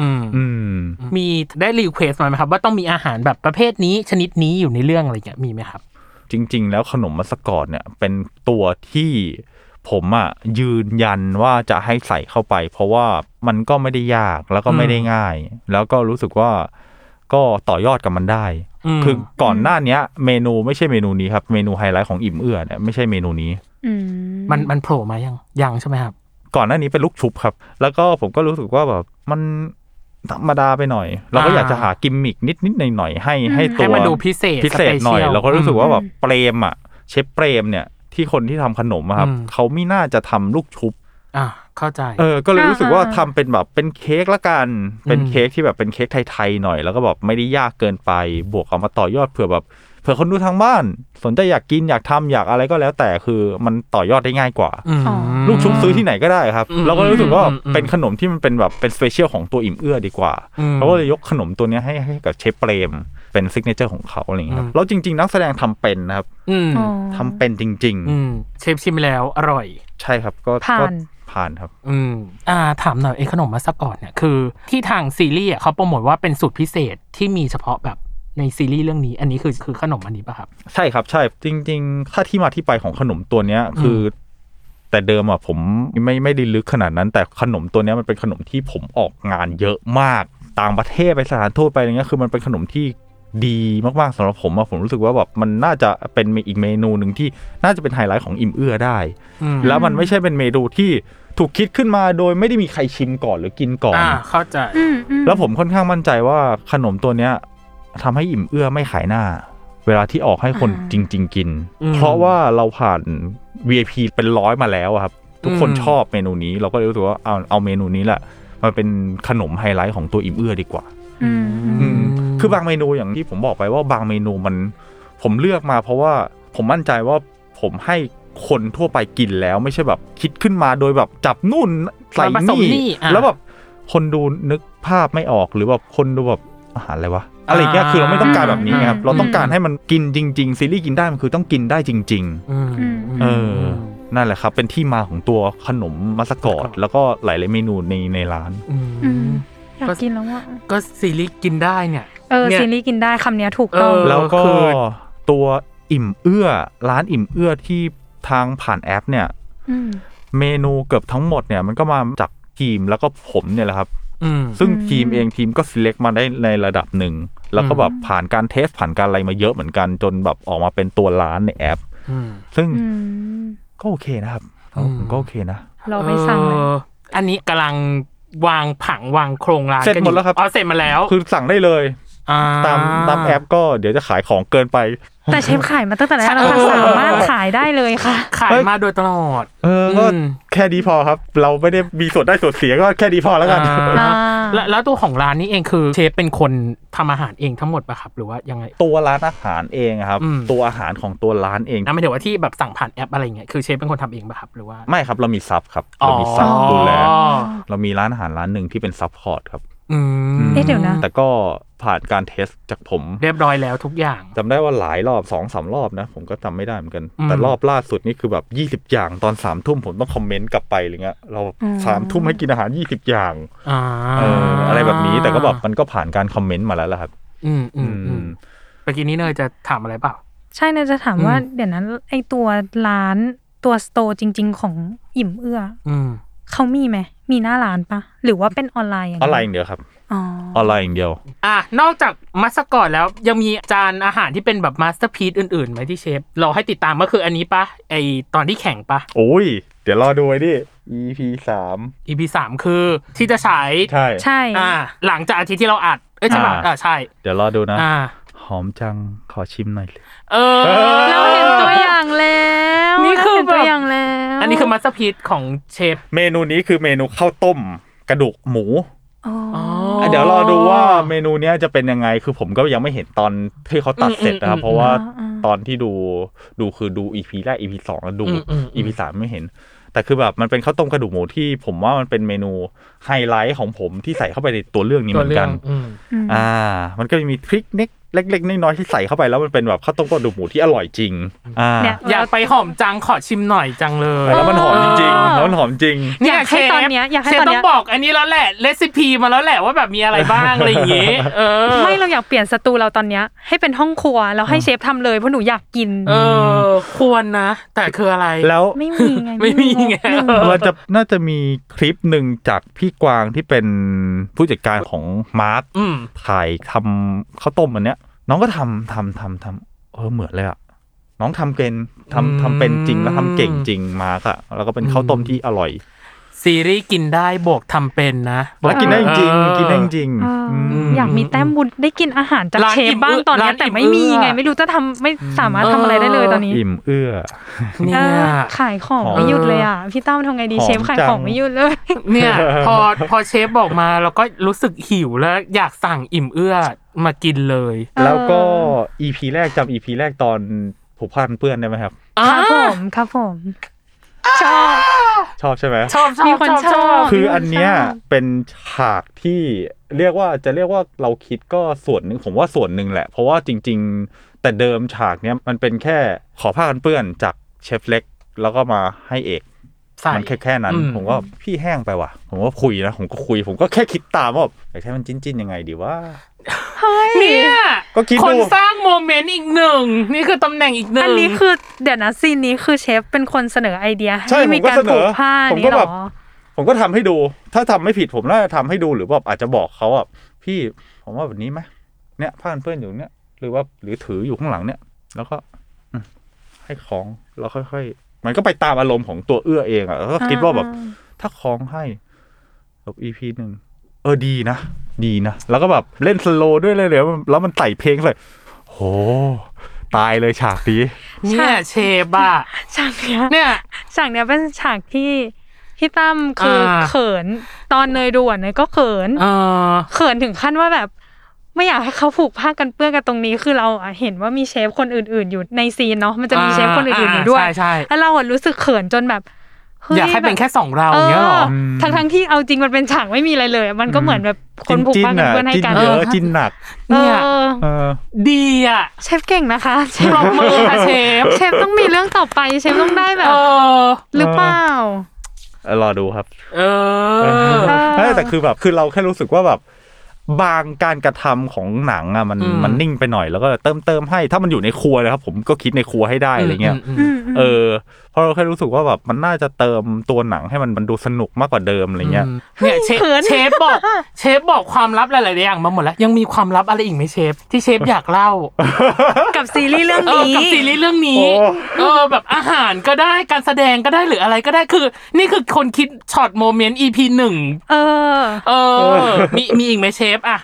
อืม อืม มีได้รีเควสมาไหมครับ ว่าต้องมีอาหารแบบประเภทนี้ชนิดนี้อยู่ในเรื่องอะไรเงี้ยมีไหมครับ จริง ๆ แล้วขนมมัสกอตเนี่ย เป็นตัวที่ผมอะยืนยันว่าจะให้ใส่เข้าไป เพราะว่ามันก็ไม่ได้ยากแล้วก็ไม่ได้ง่าย แล้วก็รู้สึกว่าก็ต่อยอดกับมันได้ อืม คือก่อนหน้าเนี้ย เมนูไม่ใช่เมนูนี้ครับ เมนูไฮไลท์ของอิ่มเอื้อเนี่ยไม่ใช่เมนูนี้ อืม มันมันโผล่มายังยังใช่ไหมครับ ก่อนหน้านี้เป็นลูกชุบครับ แล้วก็ผมก็รู้สึกว่าแบบมันธรรมดาไปหน่อย เราก็อยากจะหากิมมิกนิดนิดหน่อยหน่อยๆให้ให้ตัว ให้มันดูพิเศษ พิเศษหน่อย special เราก็รู้สึกว่าแบบเปรมอ่ะ เชฟเปรมเนี่ยที่คนที่ทำขนมอะครับ อืม เขาไม่น่าจะทำลูกชุบ อ่าเข้าใจ เออ ก็เลยรู้สึกว่าทำเป็นแบบเป็นเค้กละกัน เป็น อืม เค้กที่แบบเป็นเค้กไทยๆหน่อย แล้วก็แบบไม่ได้ยากเกินไป บวกเอามาต่อยอดเผื่อแบบเผื่อคนดูทางบ้าน สนใจอยากกินอยากทำอยากอะไรก็แล้วแต่คือมันต่อยอดได้ง่ายกว่า ม ลูกชุบซื้อที่ไหนก็ได้ครับ อืม เราก็รู้สึกว่า อืมอืม เป็นขนมที่มันเป็นแบบเป็นสเปเชียลของตัวอิ่มเอื้อดีกว่า อืม เขาก็เลยยกขนมตัวเนี้ยให้ให้กับเชฟเปรม เป็นซิกเนเจอร์ของเขาอะไรอย่างเงี้ยครั อื บ ม แล้วจริง ๆ นักแสดงทำเป็นนะครับ อืม อ๋อ ทำเป็นจริง อืมเชฟชิมแล้วอร่อย ๆ ใช่ครับก็ ผ่าน ก็ผ่านครับ อืมอ่าถามหน่อยไอ้ขนมมัสกอตเนี่ยคือ ที่ทางซีรีส์อ่ะเขาโปรโมทว่าเป็นสูตรพิเศษที่มีเฉพาะแบบในซีรีส์เรื่องนี้ อันนี้คือคือขนมอันนี้ป่ะครับ ใช่ครับใช่จริงๆ ถ้าที่มาที่ไปของขนมตัวเนี้ยคืออแต่เดิมอ่ะผมไม่ไม่ได้ลึกขนาดนั้น แต่ขนมตัวเนี้ยมันเป็นขนมที่ผมออกงานเยอะมาก ต่างประเทศไปสถานทูตไปอะไรเงี้ยคือมันเป็นขนมที่ดีมากๆสำหรับผมอะผมรู้สึกว่าแบบมันน่าจะเป็นอีกเมนูหนึ่งที่น่าจะเป็นไฮไลท์ของอิ่มเอื้อได้ อืม แล้วมันไม่ใช่เป็นเมนูที่ถูกคิดขึ้นมาโดยไม่ได้มีใครชิมก่อนหรือกินก่อน อ่าเข้าใจ อืมอืม แล้วผมค่อนข้างมั่นใจว่าขนมตัวเนี้ยทำให้อิ่มเอื้อไม่ขายหน้า เวลาที่ออกให้คนจริง ๆ กิน อืม เพราะว่าเราผ่าน VIP เป็นร้อยมาแล้วอะครับ ทุกคน อืม ชอบเมนูนี้ เราก็เลยรู้สึกว่าเอาเอาเมนูนี้แหละมันเป็นขนมไฮไลท์ของตัวอิ่มเอื้อดีกว่า อืม อืม คือบางเมนูอย่างที่ผมบอกไปว่าบางเมนูมัน ผมเลือกมาเพราะว่าผมมั่นใจว่าผมให้คนทั่วไปกินแล้วไม่ใช่แบบคิดขึ้นมาโดยแบบจับนู่นใส่ มาผสมนี่ นี่ อ่ะ แล้วแบบคนดูนึกภาพไม่ออกหรือแบบคนดูแบบอาหารอะไรวะอะไรอย่างเงี้ย อ่า คือเราไม่ต้องการแบบนี้ไงครับ อืม เราต้องการให้มันกินจริง ๆ ซีรีส์กินได้มันคือต้องกินได้จริง อืมอืม ๆ เอออนั่นแหละครับ เป็นที่มาของตัวขนมมัสกอ ครัดบ แล้วก็หลายๆเมนูในในร้าน อื อื ม มอยากกินแล้วอ่ะ ก็ซีรีส์กินได้เนี่ย เออ เนี่ย ซีรีส์กินได้คำเนี้ยถูกต้อง เออ แล้วก็ คือ ตัวอิ่มเอื้อ ร้านอิ่มเอื้อที่ทางผ่านแอปเนี่ย ม เมนูเกือบทั้งหมดเนี่ยมันก็มาจากทีมแล้วก็ผมเนี่ยแหละครับ อืม ซึ่ง อืม ทีมเองทีมก็ select มาได้ในระดับหนึ่ง แล้วก็แบบผ่านการเทสผ่านการอะไรมาเยอะเหมือนกัน จนแบบออกมาเป็นตัวร้านในแอป อืม ซึ่ง อืม ก็โอเคนะครับ อืม ผมก็โอเคนะ เราไปสั่งเอเลย ออันนี้กำลังวางผังวางโครงร้าน เสร็จ กันอยู่ หมดแล้วครับ อ๋อเสร็จมาแล้ว คือสั่งได้เลย า ตามตามแอปก็เดี๋ยวจะขายของเกินไป แต่เชฟขายมาตั้งแต่แรกแล้วค่ะ เออ สามารถขายได้เลยค่ะ ขายมาโดยตลอด เออก็ อืม แค่ดีพอครับ เราไม่ได้มีส่วนได้ส่วนเสียก็แค่ดีพอแล้วกัน อ่า อ่า แล้วแล้วตัวของร้านนี้เองคือเชฟเป็นคนทำอาหารเองทั้งหมดป่ะครับ หรือว่ายังไง ตัวร้านอาหารเองอะครับ อืม ตัวอาหารของตัวร้านเอง นะหมายถึงว่าที่แบบสั่งผ่านแอปอะไรเงี้ยคือเชฟเป็นคนทำเองป่ะครับหรือว่า ไม่ครับเรามีซับครับเรามีซับดูแล อ๋อ เรามีร้านอาหารร้านหนึ่งที่เป็นซับพอร์ตครับ อืม เอ๊ะเดี๋ยวนะ แต่ก็ผ่านการเทสจากผม เรียบร้อยแล้วทุกอย่าง จำได้ว่าหลายรอบสองสามรอบนะ ผมก็จำไม่ได้เหมือนกัน อืม แต่รอบล่าสุดนี่คือแบบยี่สิบอย่างตอนสามทุ่มผมต้องคอมเมนต์กลับไปอะไรเงี้ยเรา อืม สามทุ่มให้กินอาหารยี่สิบอย่าง อ่า เอออะไรแบบนี้แต่ก็แบบมันก็ผ่านการคอมเมนต์มาแล้วล่ะครับ อืมอื อื มอืม ม เมื่อกี้นี้เนยจะถามอะไรเปล่า ใช่เนยจะถามว่า อืม เดี๋ยวนั้นไอตัวร้านตัวสโตร์จริง ๆ ของอิ่มเอื้อ อืม เขามีไหมมีหน้าร้านปะหรือว่าเป็นออนไลน์อย่าง อ เดี อยนว ไลน์อย่างเดียวครับ อ๋อ ออนไลน์อย่างเดียว อ่ะนอกจากมัสกอตแล้วยังมีจานอาหารที่เป็นแบบมาสเตอร์พีซอื่นๆไหมที่เชฟ เราให้ติดตามก็คืออันนี้ปะไอตอนที่แข่งปะ โอ้ย เดี๋ยวรอดูไอ้นี่ EP สาม EP สามคือที่จะฉาย ใช่ ใช่ อ่า หลังจากอาทิตย์ที่เราอัด เอ้ยใช่ปะ อ่า อ่าใช่ เดี๋ยวรอดูนะ อ่า หอมจังขอชิมหน่อย เออ เราเห็นตัวอย่างแล้ว นี่คือ เราเห็นตัว แบบ อย่างแล้ว อันนี้คือมัสเตอร์พีซของเชฟ เมนูนี้คือเมนูข้าวต้ม กระดูกหมู อ๋ออ อ๋อ เดี๋ยวรอดูว่าเมนูเนี้ยจะเป็นยังไง คือผมก็ยังไม่เห็นตอนที่เขาตัดเสร็จนะครับ อืมอืม เพราะว่า อ่าอ่า ตอนที่ดูดูคือดู EP แรก EP สองแล้วดู อืมอืมอืม EP สามไม่เห็น แต่คือแบบมันเป็นข้าวต้มกระดูกหมูที่ผมว่ามันเป็นเมนูไฮไลท์ของผมที่ใส่เข้าไปในตัวเรื่องนี้ ตั เห ว มือ เรื่ นกั อง น อืม อืม อ่า มันก็จะมีพริกเล็กเล็กๆน้อยๆที่ใส่เข้าไปแล้วมันเป็นแบบข้าวต้มกระดูกหมูที่อร่อยจริง อ่า เนี่ย อยากไปหอมจังขอชิมหน่อยจังเลย แล้วมันหอมจริงๆแล้วมันหอมจริง อยากให้ตอนเนี้ยอยากให้ เชฟ ตอน ต้อ เนี้ ง ย บอกอันนี้แล้วแหละเรซิปีมาแล้วแหละว่าแบบมีอะไรบ้างอะไรอย่างเงี้ย *laughs* เออ ไม่เราอยากเปลี่ยนสตูเราตอนเนี้ยให้เป็นห้องครัวแล้วให้เชฟทำเลยเพราะหนูอยากกิน เออ ควรนะ แต่คืออะไร แล้ว ไม่มีไง ไม่มีไง หนึ่ เราจะน่าจะมีคลิปหนึ่งจากพี่กวางที่เป็นผู้จัดการของมาร์ค อืม ถ่ายทำข้าวต้มอันเนี้ย น้องก็ทำทำทำทำเออเหมือนเลยอะน้องทำเป็นทำ อืม ทำเป็นจริงแล้วทำเก่งจริงมาร์คอะแล้วก็เป็นข้าวต้มที่อร่อย ซีรีส์กินได้บวกทำเป็นนะ แล้วกินได้จริง เออ กินได้จริง เอออ ม อยากมีแต้มบุญได้กินอาหารจาก ร้าน เชฟ อิ่ม บ้างตอนเนี้ ร้าย น แต่ อิ่ม ไม่มีไง เอื้อ ไม่รู้จะทำไม่สามารถทำอะไรได้เลยตอนนี้ อิ่มเอื้อ เนี่ เอย อขายของไม่หยุดเลยอ่ะพี่ตั้มทำไงดี หอม เชฟขายของ จัง ไม่หยุดเลย เนี่ย *laughs* พอพอเชฟบอกมาเราก็รู้สึกหิวแล้วอยากสั่งอิ่มเอื้อมากินเลย แล้วก็ EP แรกจำ EP แรกตอนผูกพันเปื้อนได้ไหมครับ ครับผมครับผม ชอบ ชอบใช่ไหม ชอบชอบ มีคน ชอบ ช ช อ อบ บ คืออันเนี้ย ชอบ เป็นฉากที่เรียกว่าจะเรียกว่าเราคิดก็ส่วนหนึ่งผมว่าส่วนหนึ่งแหละ เพราะว่าจริง ๆ แต่เดิมฉากเนี้ยมันเป็นแค่ขอผ้ากันเปื้อนจากเชฟเล็ก แล้วก็มาให้เอก ใส่ มันแค่แค่นั้น อืม ผมว่าพี่แห้งไปว่ะ ผมก็คุยนะผมก็คุย ผมก็แค่คิดตามว่าแบบอยากให้มันจิ้นๆยังไงดีว่า เนี่ย ก็คิดดู นสร้างโมเมนต์อีกหนึ่ง นี่คือตำแหน่งอีกหนึ่ง อันนี้คือเดี๋ยวนะซีนนี้คือเชฟเป็นคนเสนอไอเดีย ใช่ ให้มีการ ผมก็เสนอ ผูกผ้า ผม นี้ ก็ เหร แบ อบ ผมก็ทำให้ดู ถ้าทำไม่ผิดผมน่าจะทำให้ดูหรือแบบอาจจะบอกเขาอ่ะพี่ผมว่าแบบนี้ไหมเนี่ยผ้ากันเปื้อนอยู่เนี่ย หรือว่าหรือถืออยู่ข้างหลังเนี่ย แล้วก็อืมให้ของแล้วค่อยๆ มันก็ไปตามอารมณ์ของตัวเอื้อเองอ่ะแล้วก็คิดว่าแบบ ถ้าของให้แบบอีพีหนึ่งเออดีนะ ดีนะ แล้วก็แบบเล่นสโลว์ด้วยเลยเดี๋ยวมันแล้วมันใส่เพลงเลยโหตายเลยฉากนี้ เนี่ยเชฟอะ ฉากเนี้ย เนี่ย ฉากเนี้ยเป็นฉากที่พี่ตั้มคืออา เขินตอนเนยดูอ่ะเนยก็เขิน เออ เขินถึงขั้นว่าแบบ ไม่อยากให้เขาผูกผ้ากันเปื้อนกันตรงนี้คือเราอะเห็นว่ามีเชฟคนอื่น ๆ อยู่ในซีนเนาะมันจะมี อ่า เชฟคนอื่นๆอยู่ด้วย ใช่ใช่ แล้วเราอะรู้สึกเขินจนแบบฮ้ อยากให้เป็นแค่สองเราอย่างเงี้ยเหรอ ทั้งทั้งๆที่เอาจริงมันเป็นฉากไม่มีอะไรเลย มันก็เหมือนแบบคนผูกพันกันเพื่อนให้ จิ้น กัน เยอะจิ้นหนัก เอ เนี่ย อ เออ ดีอ่ะ เชฟเก่งนะคะเชฟ ปรบมือค่ะเชฟ เชฟต้องมีเรื่องต่อไปเชฟต้องได้แบ เอบ อ หรือเปล่า เออรอดูครับ เออ เออแต่คือแบบคือเราแค่รู้สึกว่าแบบบางการกระทำของหนังอ่ะมัน อืม มันนิ่งไปหน่อยแล้วก็เติมเติมให้ถ้ามันอยู่ในครัวนะครับผมก็คิดในครัวให้ได้อะไรเงี้ย ม อื ม มอืม เออเพราะเราแค่รู้สึกว่าแบบมันน่าจะเติมตัวหนังให้มันมันดูสนุกมากกว่าเดิมอะไรเงี้ย เนี่ยเชฟเชฟบอก เชฟบอกความลับหลายๆอย่างมาหมดแล้ว ยังมีความลับอะไรอีกไหมเชฟ ที่เชฟอยากเล่า กับซีรีส์เรื่อง เออ นี้ กับซีรีส์เรื่องนี้ เออแบบอาหารก็ได้การแสดงก็ได้หรืออะไรก็ได้คือ นี่คือคนคิดช็อตโมเมนต์ EP หนึ่ง เออ เออ มีมีอีกไหมเชฟอ่ะ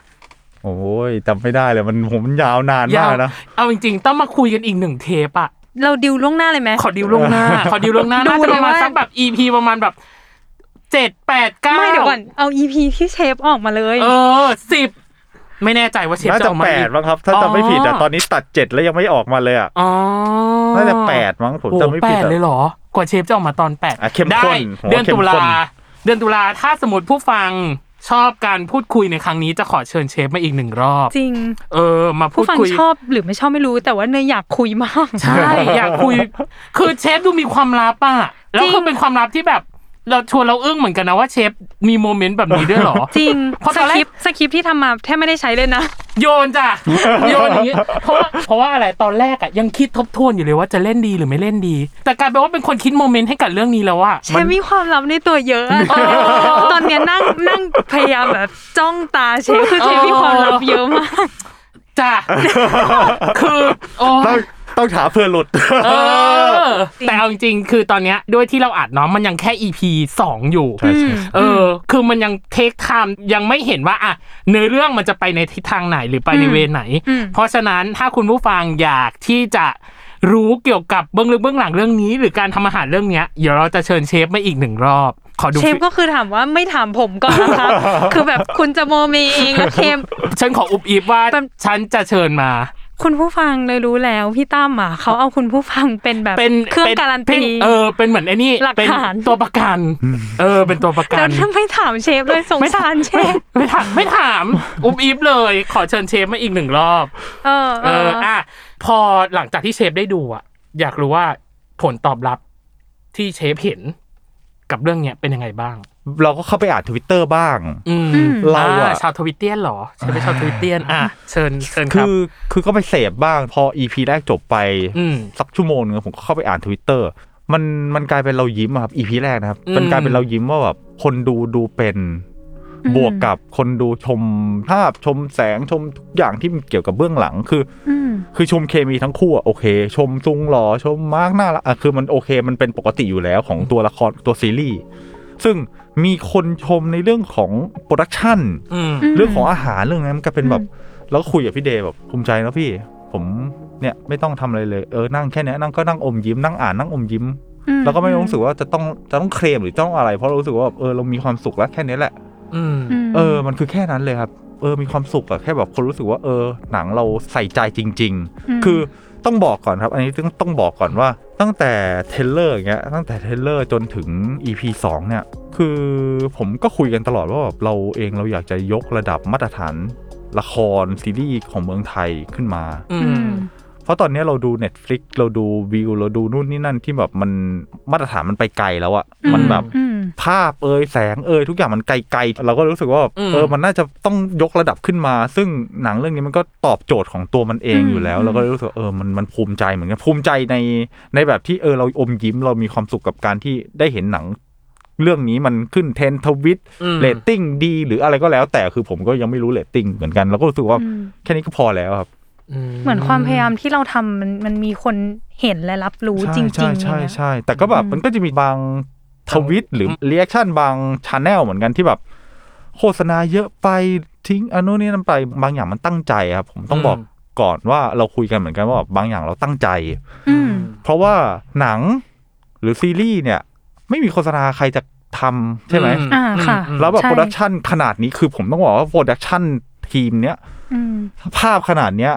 *laughs* โอ้ยจำไม่ได้เลยมันผมมันยาวนานมากนะ เอาจริงๆ ต้องมาคุยกันอีกหนึ่งเทปอะ เราดิวล่วงหน้าเลยไหม ขอดิวลวงหน้า *laughs* ขอดิวลวงหน้า ดู น่าจะประมาณ เลยว่า สักแบบ EP ประมาณแบบเจ็ดแปดเก้า ไม่เดี๋ยวก่อนเอาอีพีที่เชฟออกมาเลย เออสิบไม่แน่ใจว่าเชฟ น่า จะ จะ ออกมา แป อี ด ก มั้งครับ ถ้าจำไม่ผิดอ่ะ อ๋อ ตอนนี้ตัดเจ็ดแล้วยังไม่ออกมาเลยอ่ะ อ๋อ น่าจะแปดมั้งผม โอ้โห จำไม่ แป ผิด ด อะ เลยเหรอ กว่าเชฟจะออกมาตอนแปด อ่ะเข้ม ได้ ข้นผมว่า เดือน เข้ม ตุลา ข้น เดือนตุลาถ้าสมมติผู้ฟัง ชอบการพูดคุยในครั้งนี้จะขอเชิญเชฟมาอีกหนึ่งรอบ จริง เออ มาพู ผู้ ด ฟัง คุย ชอบหรือไม่ชอบไม่รู้แต่ว่าเนยอยากคุยมาก ใช่ อยากคุย คือเชฟดูมีความลับอ่ะ แล้วคือเป็นความลับที่แบบ เราชวนเราอึ้งเหมือนกันนะว่าเชฟมีโมเมนต์แบบนี้ด้วยเหรอ จริง เพราะ ส ตอนแร คริ ก ปต์สคริปต์ที่ทำมาแทบไม่ได้ใช้เลยนะ โยนจ้ะ โยนอย่างนี้เพราะว่าเพราะว่าอะไรตอนแรกอ่ะยังคิดทบทวนอยู่เลยว่าจะเล่นดีหรือไม่เล่นดี แต่กลายเป็นว่าเป็นคนคิดโมเมนต์ให้กับเรื่องนี้แล้วว่า ใช่มีความลับในตัวเยอะอะตอนเนี้ยนั่งนั่งพยายามแบบจ้องตาเชฟคือเชฟมีความลับเยอะมาก *laughs* จ้ะ คือโอ้ ต้องต้องถามเพื่อหลุด เออ แต่เอาจริงๆ คือตอนเนี้ยด้วยที่เราอัดเนาะมันยังแค่ EP 2 อยู่ ใช่ใช่ เออ คือมันยังเทคไทม์ยังไม่เห็นว่าอ่ะเนื้อเรื่องมันจะไปในทิศทางไหนหรือไปในเวไหน อืม เพราะฉะนั้นถ้าคุณผู้ฟังอยากที่จะรู้เกี่ยวกับเบื้องลึกเบื้องหลังเรื่องนี้ หรือการทำอาหารเรื่องเนี้ยเดี๋ยวเราจะเชิญเชฟมาอีกหนึ่งรอบ ขอดู เชฟก็คือถามว่าไม่ถามผมก่อนนะครับ คือแบบคุณจะโมเมเองแล้วเชฟ ฉันขออุบอีบว่า เป็น ฉันจะเชิญมา คุณผู้ฟังเลยรู้แล้วพี่ตั้มอ่ะเขาเอาคุณผู้ฟังเป็นแบบ เป็น เครื่อง ป็น การันตี เป็นเออ เป็นเหมือนไอ้นี่ หลัก เป็น ฐาน ตัวประกัน เออ เป็นตัวประกั แล้ว น ทำไมถามเชฟเลยสงสารเชฟ ไม่ถามไม่ถาม อุบอิบเลย ขอเชิญเชฟมาอีกหนึ่งรอบ เออ เอ เอ อ อ อ่ะพอหลังจากที่เชฟได้ดูอ่ะ อยากรู้ว่าผลตอบรับที่เชฟเห็นกับเรื่องเนี้ยเป็นยังไงบ้าง เราก็เข้าไปอ่านทวิตเตอร์บ้าง อืม เรา อ่ อะ ชาวทวิตเตียนเหรอเชฟเป็นชาวทวิตเตียนอ่ะเชิญเชิญค คื รับ อคือก็ไปเสพบ้างพออีพีแรกจบไป อืม สักชั่วโมงนึงผมก็เข้าไปอ่านทวิตเตอร์มันมันกลายเป็นเรายิ้มอะครับอีพีแรกนะครับ อืม มันกลายเป็นเรายิ้มว่าแบบคนดูดูเป็น บวกกับคนดูชมภาพชมแสงชมทุกอย่างที่มันเกี่ยวกับเบื้องหลังคือ อืม คือชมเคมีทั้งคู่อะโอเค ชมซุงหลอชมมาร์กหน้าละอะคือมันโอเคมันเป็นปกติอยู่แล้วของตัวละครตัวซีรีส์ซึ่งมีคนชมในเรื่องของโปรดักชัน อืม ม เรื่องของอาหารเรื่องนั้นมันก็เป็นแบบ อืม เราก็คุยกับพี่เดย์แบบภูมิใจนะพี่ ผมเนี่ยไม่ต้องทำอะไรเลยเออนั่งแค่เนี้ยนั่งก็นั่งอมยิ้มนั่งอ่านนั่งอมยิ้ม อื แล้วก็ไม่รู้สึกว่าจะต้องจะต้องเคลมหรือต้องอะไร เพราะเรารู้สึกว่าแบบเออเรามีความสุขแล้วแค่เนี้ยแหละ อืม ม เออมันคือแค่นั้นเลยครับเออมีความสุขอะแค่แบบคนรู้สึกว่าเออหนังเราใส่ใจจริง อืม ๆ คือต้องบอกก่อนครับ อันนี้ต้องต้องบอกก่อนว่าตั้งแต่เทรลเลอร์อย่างเงี้ยตั้งแต่เทรลเลอร์จนถึง EP 2เนี่ยคือผมก็คุยกันตลอดว่าแบบเราเองเราอยากจะยกระดับมาตรฐานละครซีรีส์ของเมืองไทยขึ้นมา อื อื ม ม เพราะตอนเนี้ยเราดู Netflix เราดูวิวเราดูนู่นนี่นั่นที่แบบมันมาตรฐานมันไปไกลแล้วอะมันแบบ อืม ภาพเอ่ยแสงเอ่ยทุกอย่างมันไกลๆ เราก็รู้สึกว่าแบบ อืม เออมันน่าจะต้องยกระดับขึ้นมา ซึ่งหนังเรื่องนี้มันก็ตอบโจทย์ของตัวมันเอง อืม อยู่แล้ว อืม เราก็รู้สึกว่าเออมันมันภูมิใจเหมือนกันภูมิใจในในแบบที่เออเราอมยิ้มเรามีความสุขกับการที่ได้เห็นหนัง เรื่องนี้มันขึ้นเทรนด์ทวิต อืม เรตติ้งดี หรืออะไรก็แล้ว แต่คือผมก็ยังไม่รู้เรตติ้งเหมือนกันเราก็รู้สึกว่าแค่นี้ก็พอแล้วครับ เหมือนความพยายามที่เราทำมันมันมีคนเห็นและรับรู้จริงๆอใช่ย่าง ใช่ เงี้ย ใช่แต่ก็แบบ อืม มันก็จะมีบางทวิตหรือเรีแอคชั่นบางชาแนลเหมือนกันที่แบบ โฆษณาเยอะไปทิ้งอันนู้นนี่นั่นไปบางอย่างมันตั้งใจครับผมต้อง อืม บอกก่อนว่าเราคุยกันเหมือนกันว่าแบบบางอย่างเราตั้งใจ อืม เพราะว่าหนังหรือซีรีส์เนี่ย ไม่มีโฆษณาใครจะทำใช่ไหม อ่าค่ะ อืม แล้วแบบ ใช่ โปรดักชันขนาดนี้คือผมต้องบอกว่าโปรดักชันทีมเนี้ย อืม ภาพขนาดเนี้ย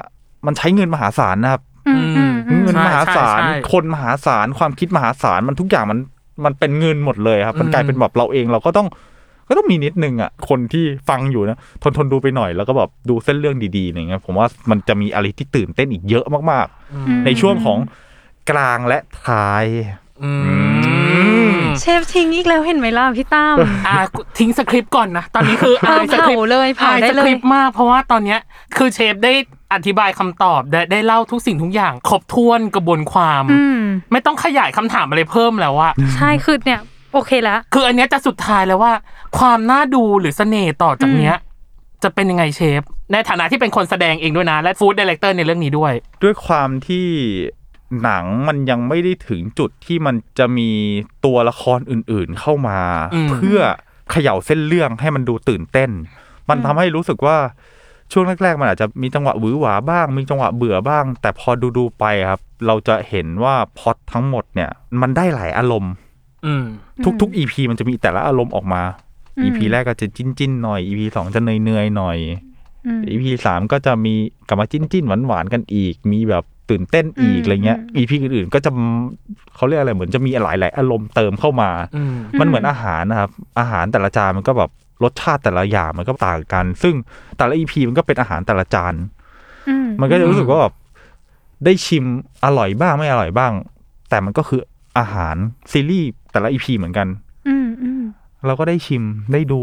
มันใช้เงินมหาศาลนะครับ อืมอืมอืม เงินมหาศาล ใช่ใช่ใช่ คนมหาศาลความคิดมหาศาลมันทุกอย่างมันมันเป็นเงินหมดเลยครับ มัน อืม กลายเป็นแบบเราเองเราก็ต้องก็ต้องมีนิดนึงอ่ะคนที่ฟังอยู่นะทนทนดูไปหน่อยแล้วก็แบบดูเส้นเรื่องดีๆอย่างเงี้ยผมว่ามันจะมีอะไรที่ตื่นเต้นอีกเยอะมากๆ ในช่วงของกลางและท้าย อืม เชฟทิ้งอีกแล้วเห็นไหมล่ะพี่ตั้ม อ่ะกูทิ้งสคริปต์ก่อนนะ ตอนนี้คืออ่านสคริปต์ เผาเลยเผา อาย ได้ ส เล ค ย ริปต์มากเพราะว่าตอนเนี้ยคือเชฟได้อธิบายคำตอบได้ได้เล่าทุกสิ่งทุกอย่าง ครบถ้วนกระบวนความ อืม ไม่ต้องขยายคำถามอะไรเพิ่มแล้วว่า ใช่คือเนี่ย โอเคละ คืออันเนี้ยจะสุดท้ายแล้วว่า ความน่าดูหรือเสน่ห์ต่อจากเนี้ย จะเป็นยังไงเชฟ ในฐานะที่เป็นคนแสดงเองด้วยนะ และฟู้ดดีเลกเตอร์ในเรื่องนี้ด้วย ด้วยความที่หนังมันยังไม่ได้ถึงจุดที่มันจะมีตัวละครอื่นๆเข้ามา อืม เพื่อเขย่าเส้นเรื่องให้มันดูตื่นเต้น มันทำให้รู้สึกว่าช่วงแรกๆ มันอาจจะมีจังหวะหวือหวาบ้าง มีจังหวะเบื่อบ้าง แต่พอดูๆไปครับ เราจะเห็นว่าพล็อตทั้งหมดเนี่ยมันได้หลายอารมณ์ อืม ทุกๆ EP มันจะมีแต่ละอารมณ์ออกมา อืม EP แรกก็จะจิ้นๆหน่อย EP สองจะเนยๆหน่อย อืม EP สามก็จะมีกลับมาจิ้นจิ้นหวานหวานๆกันอีก มีแบบตื่นเต้นอีก อืม อะไรเงี้ย อืม EP อื่นๆก็จะเขาเรียกอะไรเหมือนจะมีหลายๆ อารมณ์เติมเข้ามา อืม มันเหมือนอาหารนะครับ อาหารแต่ละจานมันก็แบบ รสชาติแต่ละอย่างมันก็ต่างกัน ซึ่งแต่ละอีพีมันก็เป็นอาหารแต่ละจาน อืม มันก็จะรู้สึกว่าแบบได้ชิมอร่อยบ้างไม่อร่อยบ้าง แต่มันก็คืออาหารซีรีส์แต่ละอีพีเหมือนกัน อืมอืม เราก็ได้ชิมได้ดู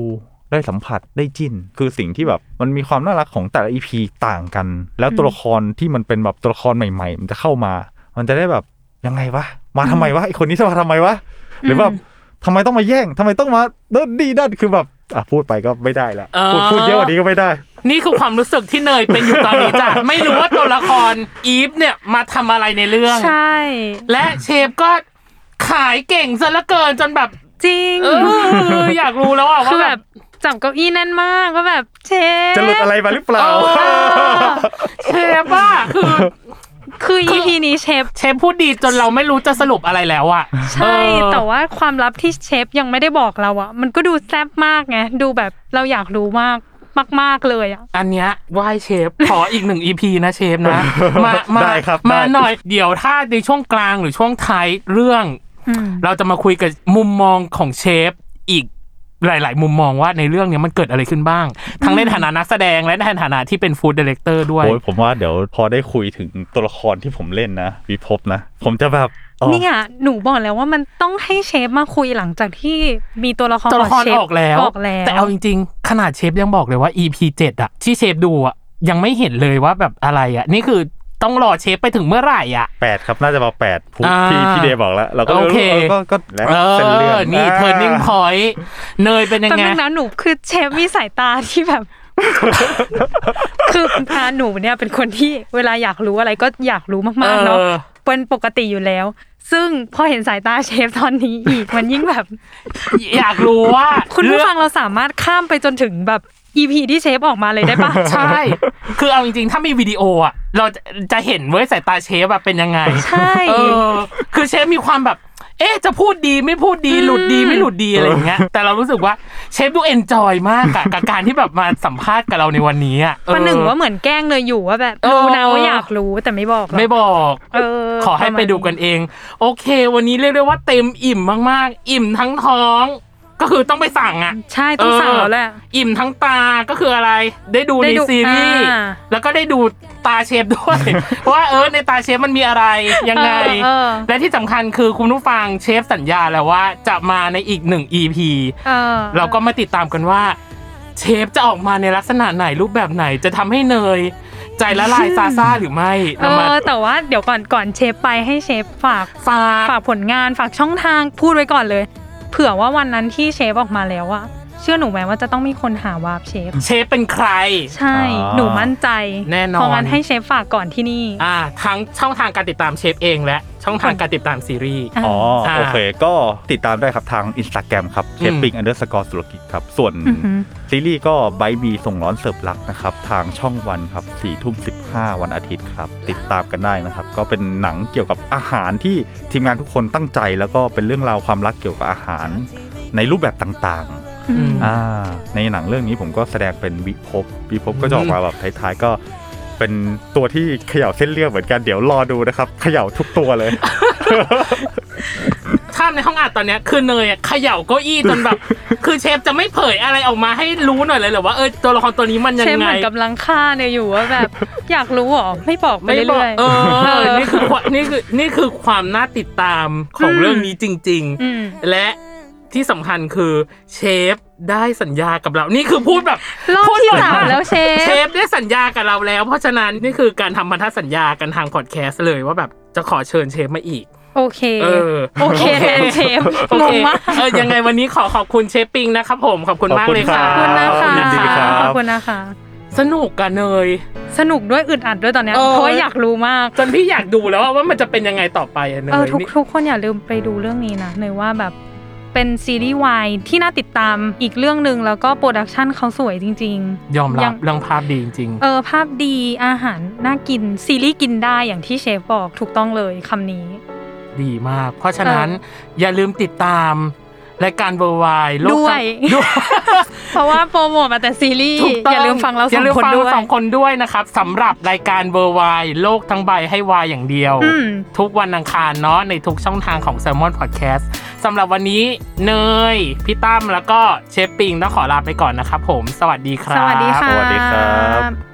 ได้สัมผัสได้จิ้น คือสิ่งที่แบบมันมีความน่ารักของแต่ละอีพีต่างกัน แล้วตัวละครที่มันเป็นแบบตัวละครใหม่ ๆ มันจะเข้ามา มันจะได้แบบยังไงวะมาทำไมวะไอคนนี้จะมาทำไมวะหรือแบบทำไมต้องมาแย่งทำไมต้องมาเดินดีดันคือแบบอ่ะพูดไปก็ไม่ได้ละ เออ พูดพูดเยอะกว่านี้ก็ไม่ได้ นี่คือความรู้สึกที่เนยเป็นอยู่ตอนนี้จ้ะ ไม่รู้ว่าตัวละครอีฟเนี่ยมาทำอะไรในเรื่อง ใช่ และเชฟก็ขายเก่งซะเหลือเกินจนแบบ จริง เอออยากรู้แล้วอ่ะ คื ว่า อ แบ แบบ บจับเก้าอี้แน่นมากก็แบบเชฟ จะหลุดอะไรมาห *laughs* รือเปล่า เชฟอ่ะคือ คือ EP นี้เชฟ เชฟพูดดีจนเราไม่รู้จะสรุปอะไรแล้วอ่ะ ใช่ เออ แต่ว่าความลับที่เชฟยังไม่ได้บอกเราอะมันก็ดูแซ่บมากไงดูแบบเราอยากรู้มากมาก ๆเลยอะ อันเนี้ยไหว้เชฟขออีกหนึ่งอีพีนะเชฟ *laughs* นะ มามา ได้ครับ มา ได้ หน่อยเดี๋ยวถ้าในช่วงกลางหรือช่วงท้ายเรื่อง อืม เราจะมาคุยกับมุมมองของเชฟอีกหลาย ๆ มุมมองว่าในเรื่องเนี้ยมันเกิดอะไรขึ้นบ้าง ทั้งในฐานะนักแสดงและในฐานะที่เป็นฟู้ดดีเลกเตอร์ด้วย โอ้ยผมว่าเดี๋ยวพอได้คุยถึงตัวละครที่ผมเล่นนะวิภพนะ ผมจะแบบอ๋อ เนี่ยหนูบอกแล้วว่ามันต้องให้เชฟมาคุยหลังจากที่มีตัวละคร ตัวละคร งเชฟ ออกแล้ว ออกแล้ว แต่เอาจริง ๆ ขนาดเชฟยังบอกเลยว่า EP 7อะที่เชฟดูอะยังไม่เห็นเลยว่าแบบอะไรอะนี่คือต้องรอเชฟไปถึงเมื่อไหร่อะ แปดครับน่าจะมาแปดพูด อ่า ที่พี่เดย์บอกแล้ว เราก็ลย โอเค รู้ก็ก็แล้ว เอ เส้นเรื่อง อ นี่ า turning point เนยเป็นยัง แป๊บ ไง นึงนะหนูคือเชฟมีสายต *laughs* าที่แบบ คืออ่าหนูเนี่ยเป็นคนที่เวลาอยากรู้อะไรก็อยากรู้มากๆเนาะ เออ เป็นปกติอยู่แล้ว ซึ่งพอเห็นสายตาเชฟตอนนี้ *laughs* อีกมันยิ่งแบบ อยากรู้ว่า คุณผู้ เรื่อง ฟังเราสามารถข้ามไปจนถึงแบบอีพีที่เชฟออกมาเลยได้ปะ ใช่ คือเอาจริงๆ ถ้ามีวิดีโออ่ะ เราจะจะเห็นเว้ยสายตาเชฟแบบเป็นยังไง ใช่ เออ คือเชฟมีความแบบ เอ๊ะ จะพูดดีไม่พูดดี หลุดดีไม่หลุดดีอะไรอย่างเงี้ย แต่เรารู้สึกว่าเชฟดูเอนจอยมากอะกับการที่แบบมาสัมภาษณ์กับเราในวันนี้อะเออ ประหนึ่งว่าเหมือนแกล้งเลยอยู่ว่าแบบ เออ รู้นะว่าอยากรู้แต่ไม่บอกหรอก ไม่บอก เออ ขอให้ไปดูกันเอง โอเค วันนี้เรียกได้ว่าเต็มอิ่มมากๆ อิ่มทั้งท้อง ก็คือต้องไปสั่งอะ ใช่ต้องสั่งแล้วแหละ เอออิ่มทั้งตาก็คืออะไร ได้ดู ได้ ใน ดู ซีรีส์ อ่า แล้วก็ได้ดูตาเชฟด้วย *laughs* ว่าเออในตาเชฟมันมีอะไรยังไง เออ และที่สำคัญคือคุณผู้ฟังเชฟสัญญาแล้วว่าจะมาในอีกหนึ่ง EP เออ เราก็มาติดตามกันว่า เชฟจะออกมาในลักษณะไหนรูปแบบไหนจะทำให้เนย ใจละลายซาซาหรือไม่ เอ เรามา อแต่ว่าเดี๋ยวก่อนก่อนเชฟไปให้เชฟฝาก ฝาก ฝากผลงานฝากช่องทางพูดไว้ก่อนเลย เผื่อว่าวันนั้นที่เชฟออกมาแล้วอะเชื่อหนูไหมว่าจะต้องมีคนหาวาร์ปเชฟ เชฟเป็นใคร ใช่ อ่า หนูมั่นใจ แน่นอน เพราะงั้นให้เชฟฝากก่อนที่นี่ อ่าทั้งช่องทางการติดตามเชฟเองและช่องทางการติดตามซีรีส์ อ๋อ อ่า โอเค ก็ติดตามได้ครับทางอินสตาแกรมครับ อื เช ม ฟปิงอันเดอร์สกอร์สุรกิจครับ ส่วน อือหือ ซีรีส์ก็ไบบีส่งร้อนเสิร์ฟรักนะครับ ทางช่องวันครับสี่ทุ่มสิบห้าวันอาทิตย์ครับ ติดตามกันได้นะครับ ก็เป็นหนังเกี่ยวกับอาหารที่ทีมงานทุกคนตั้งใจ แล้วก็เป็นเรื่องราวความรักเกี่ยวกับอาหาร ในรูปแบบต่างๆ อืม อ่าในหนังเรื่องนี้ผมก็แสดงเป็นวิภพวิภพก็จะออกมาแบบท้ายๆก็เป็นตัวที่เขย่าเส้นเรื่องเหมือนกันเดี๋ยวรอดูนะครับเขย่าทุกตัวเลย ภาพในห้องอัดตอนเนี้ยคือเนยอะเขย่าเก้าอี้จนแบบ คือเชฟจะไม่เผยอะไรออกมาให้รู้หน่อยเลยเหรอว่าเออตัวละครตัวนี้มันยัง เชฟเห ไง มือนกำลังฆ่าเนี่ยอยู่ว่า *laughs* แบบ อยากรู้หรอไม่บอกไป ไม่บอก เรื่อยๆ เอ เ อนี่คือความนี่คือนี่คือความน่าติดตามของเรื่องนี้จริง อืม ๆ และที่สำคัญคือเชฟได้สัญญากับเรา นี่คือพูดแบบ รอบ พูด ที่ บ่อย สาม ก แล้วเช เช ฟ ฟได้สัญญากับเราแล้ว เพราะฉะนั้นนี่คือการทำพันธสัญญากันทางพอดแคสต์เลยว่าแบบจะขอเชิญเชฟมาอีก โอเค เออ โอเคแทนเชฟ โอง เค งมาก เออยังไงวันนี้ขอขอบคุณเชฟปิงนะครับผมขอบคุณมากเลยค่ะ ขอบคุณนะ ขอบ คะ คุณจริงๆครับ ขอบคุณนะคะ สนุกกันเลย สนุกด้วยอึดอัดด้วยตอนเนี้ย เออ เพราะว่าอยากรู้มาก จนพี่อยากดูแล้วอะว่ามันจะเป็นยังไงต่อไปอะเนย เออทุก นี่ ทุกคนอย่าลืมไปดูเรื่องนี้นะเนยว่าแบบเป็นซีรีส์วายที่น่าติดตามอีกเรื่องหนึ่งแล้วก็โปรดักชันเขาสวยจริง ยอมรั ยั บ ง เรื่องภาพดีจริง ๆ เออภาพดีอาหารน่ากินซีรีส์กินได้อย่างที่เชฟบอกถูกต้องเลยคำนี้ *laughs* ๆ ดีมาก เพราะฉะนั้นอย่าลืมติดตามรายการเวอร์ไวโลก ด้วย ทั้งด้วย เพราะว่าโปรโมทมาแต่ซีรีส์ ถูกต้อง อย่าลืมฟังเราส ย่ อง ลืม คน ฟัง ด้วย สองคนด้วยนะครับสำหรับรายการเวอร์ไวโลกทั้งใบให้วายอย่างเดียว อืม ทุกวันอังคารเนาะในทุกช่องทางของ s ซ l m o n Podcast สำหรับวันนี้เนยพี่ตั้มแล้วก็เชฟปิงต้องขอลาไปก่อนนะครับผม สวัสดีครั ส บ วัสดีค่ะ สวัสดีครับ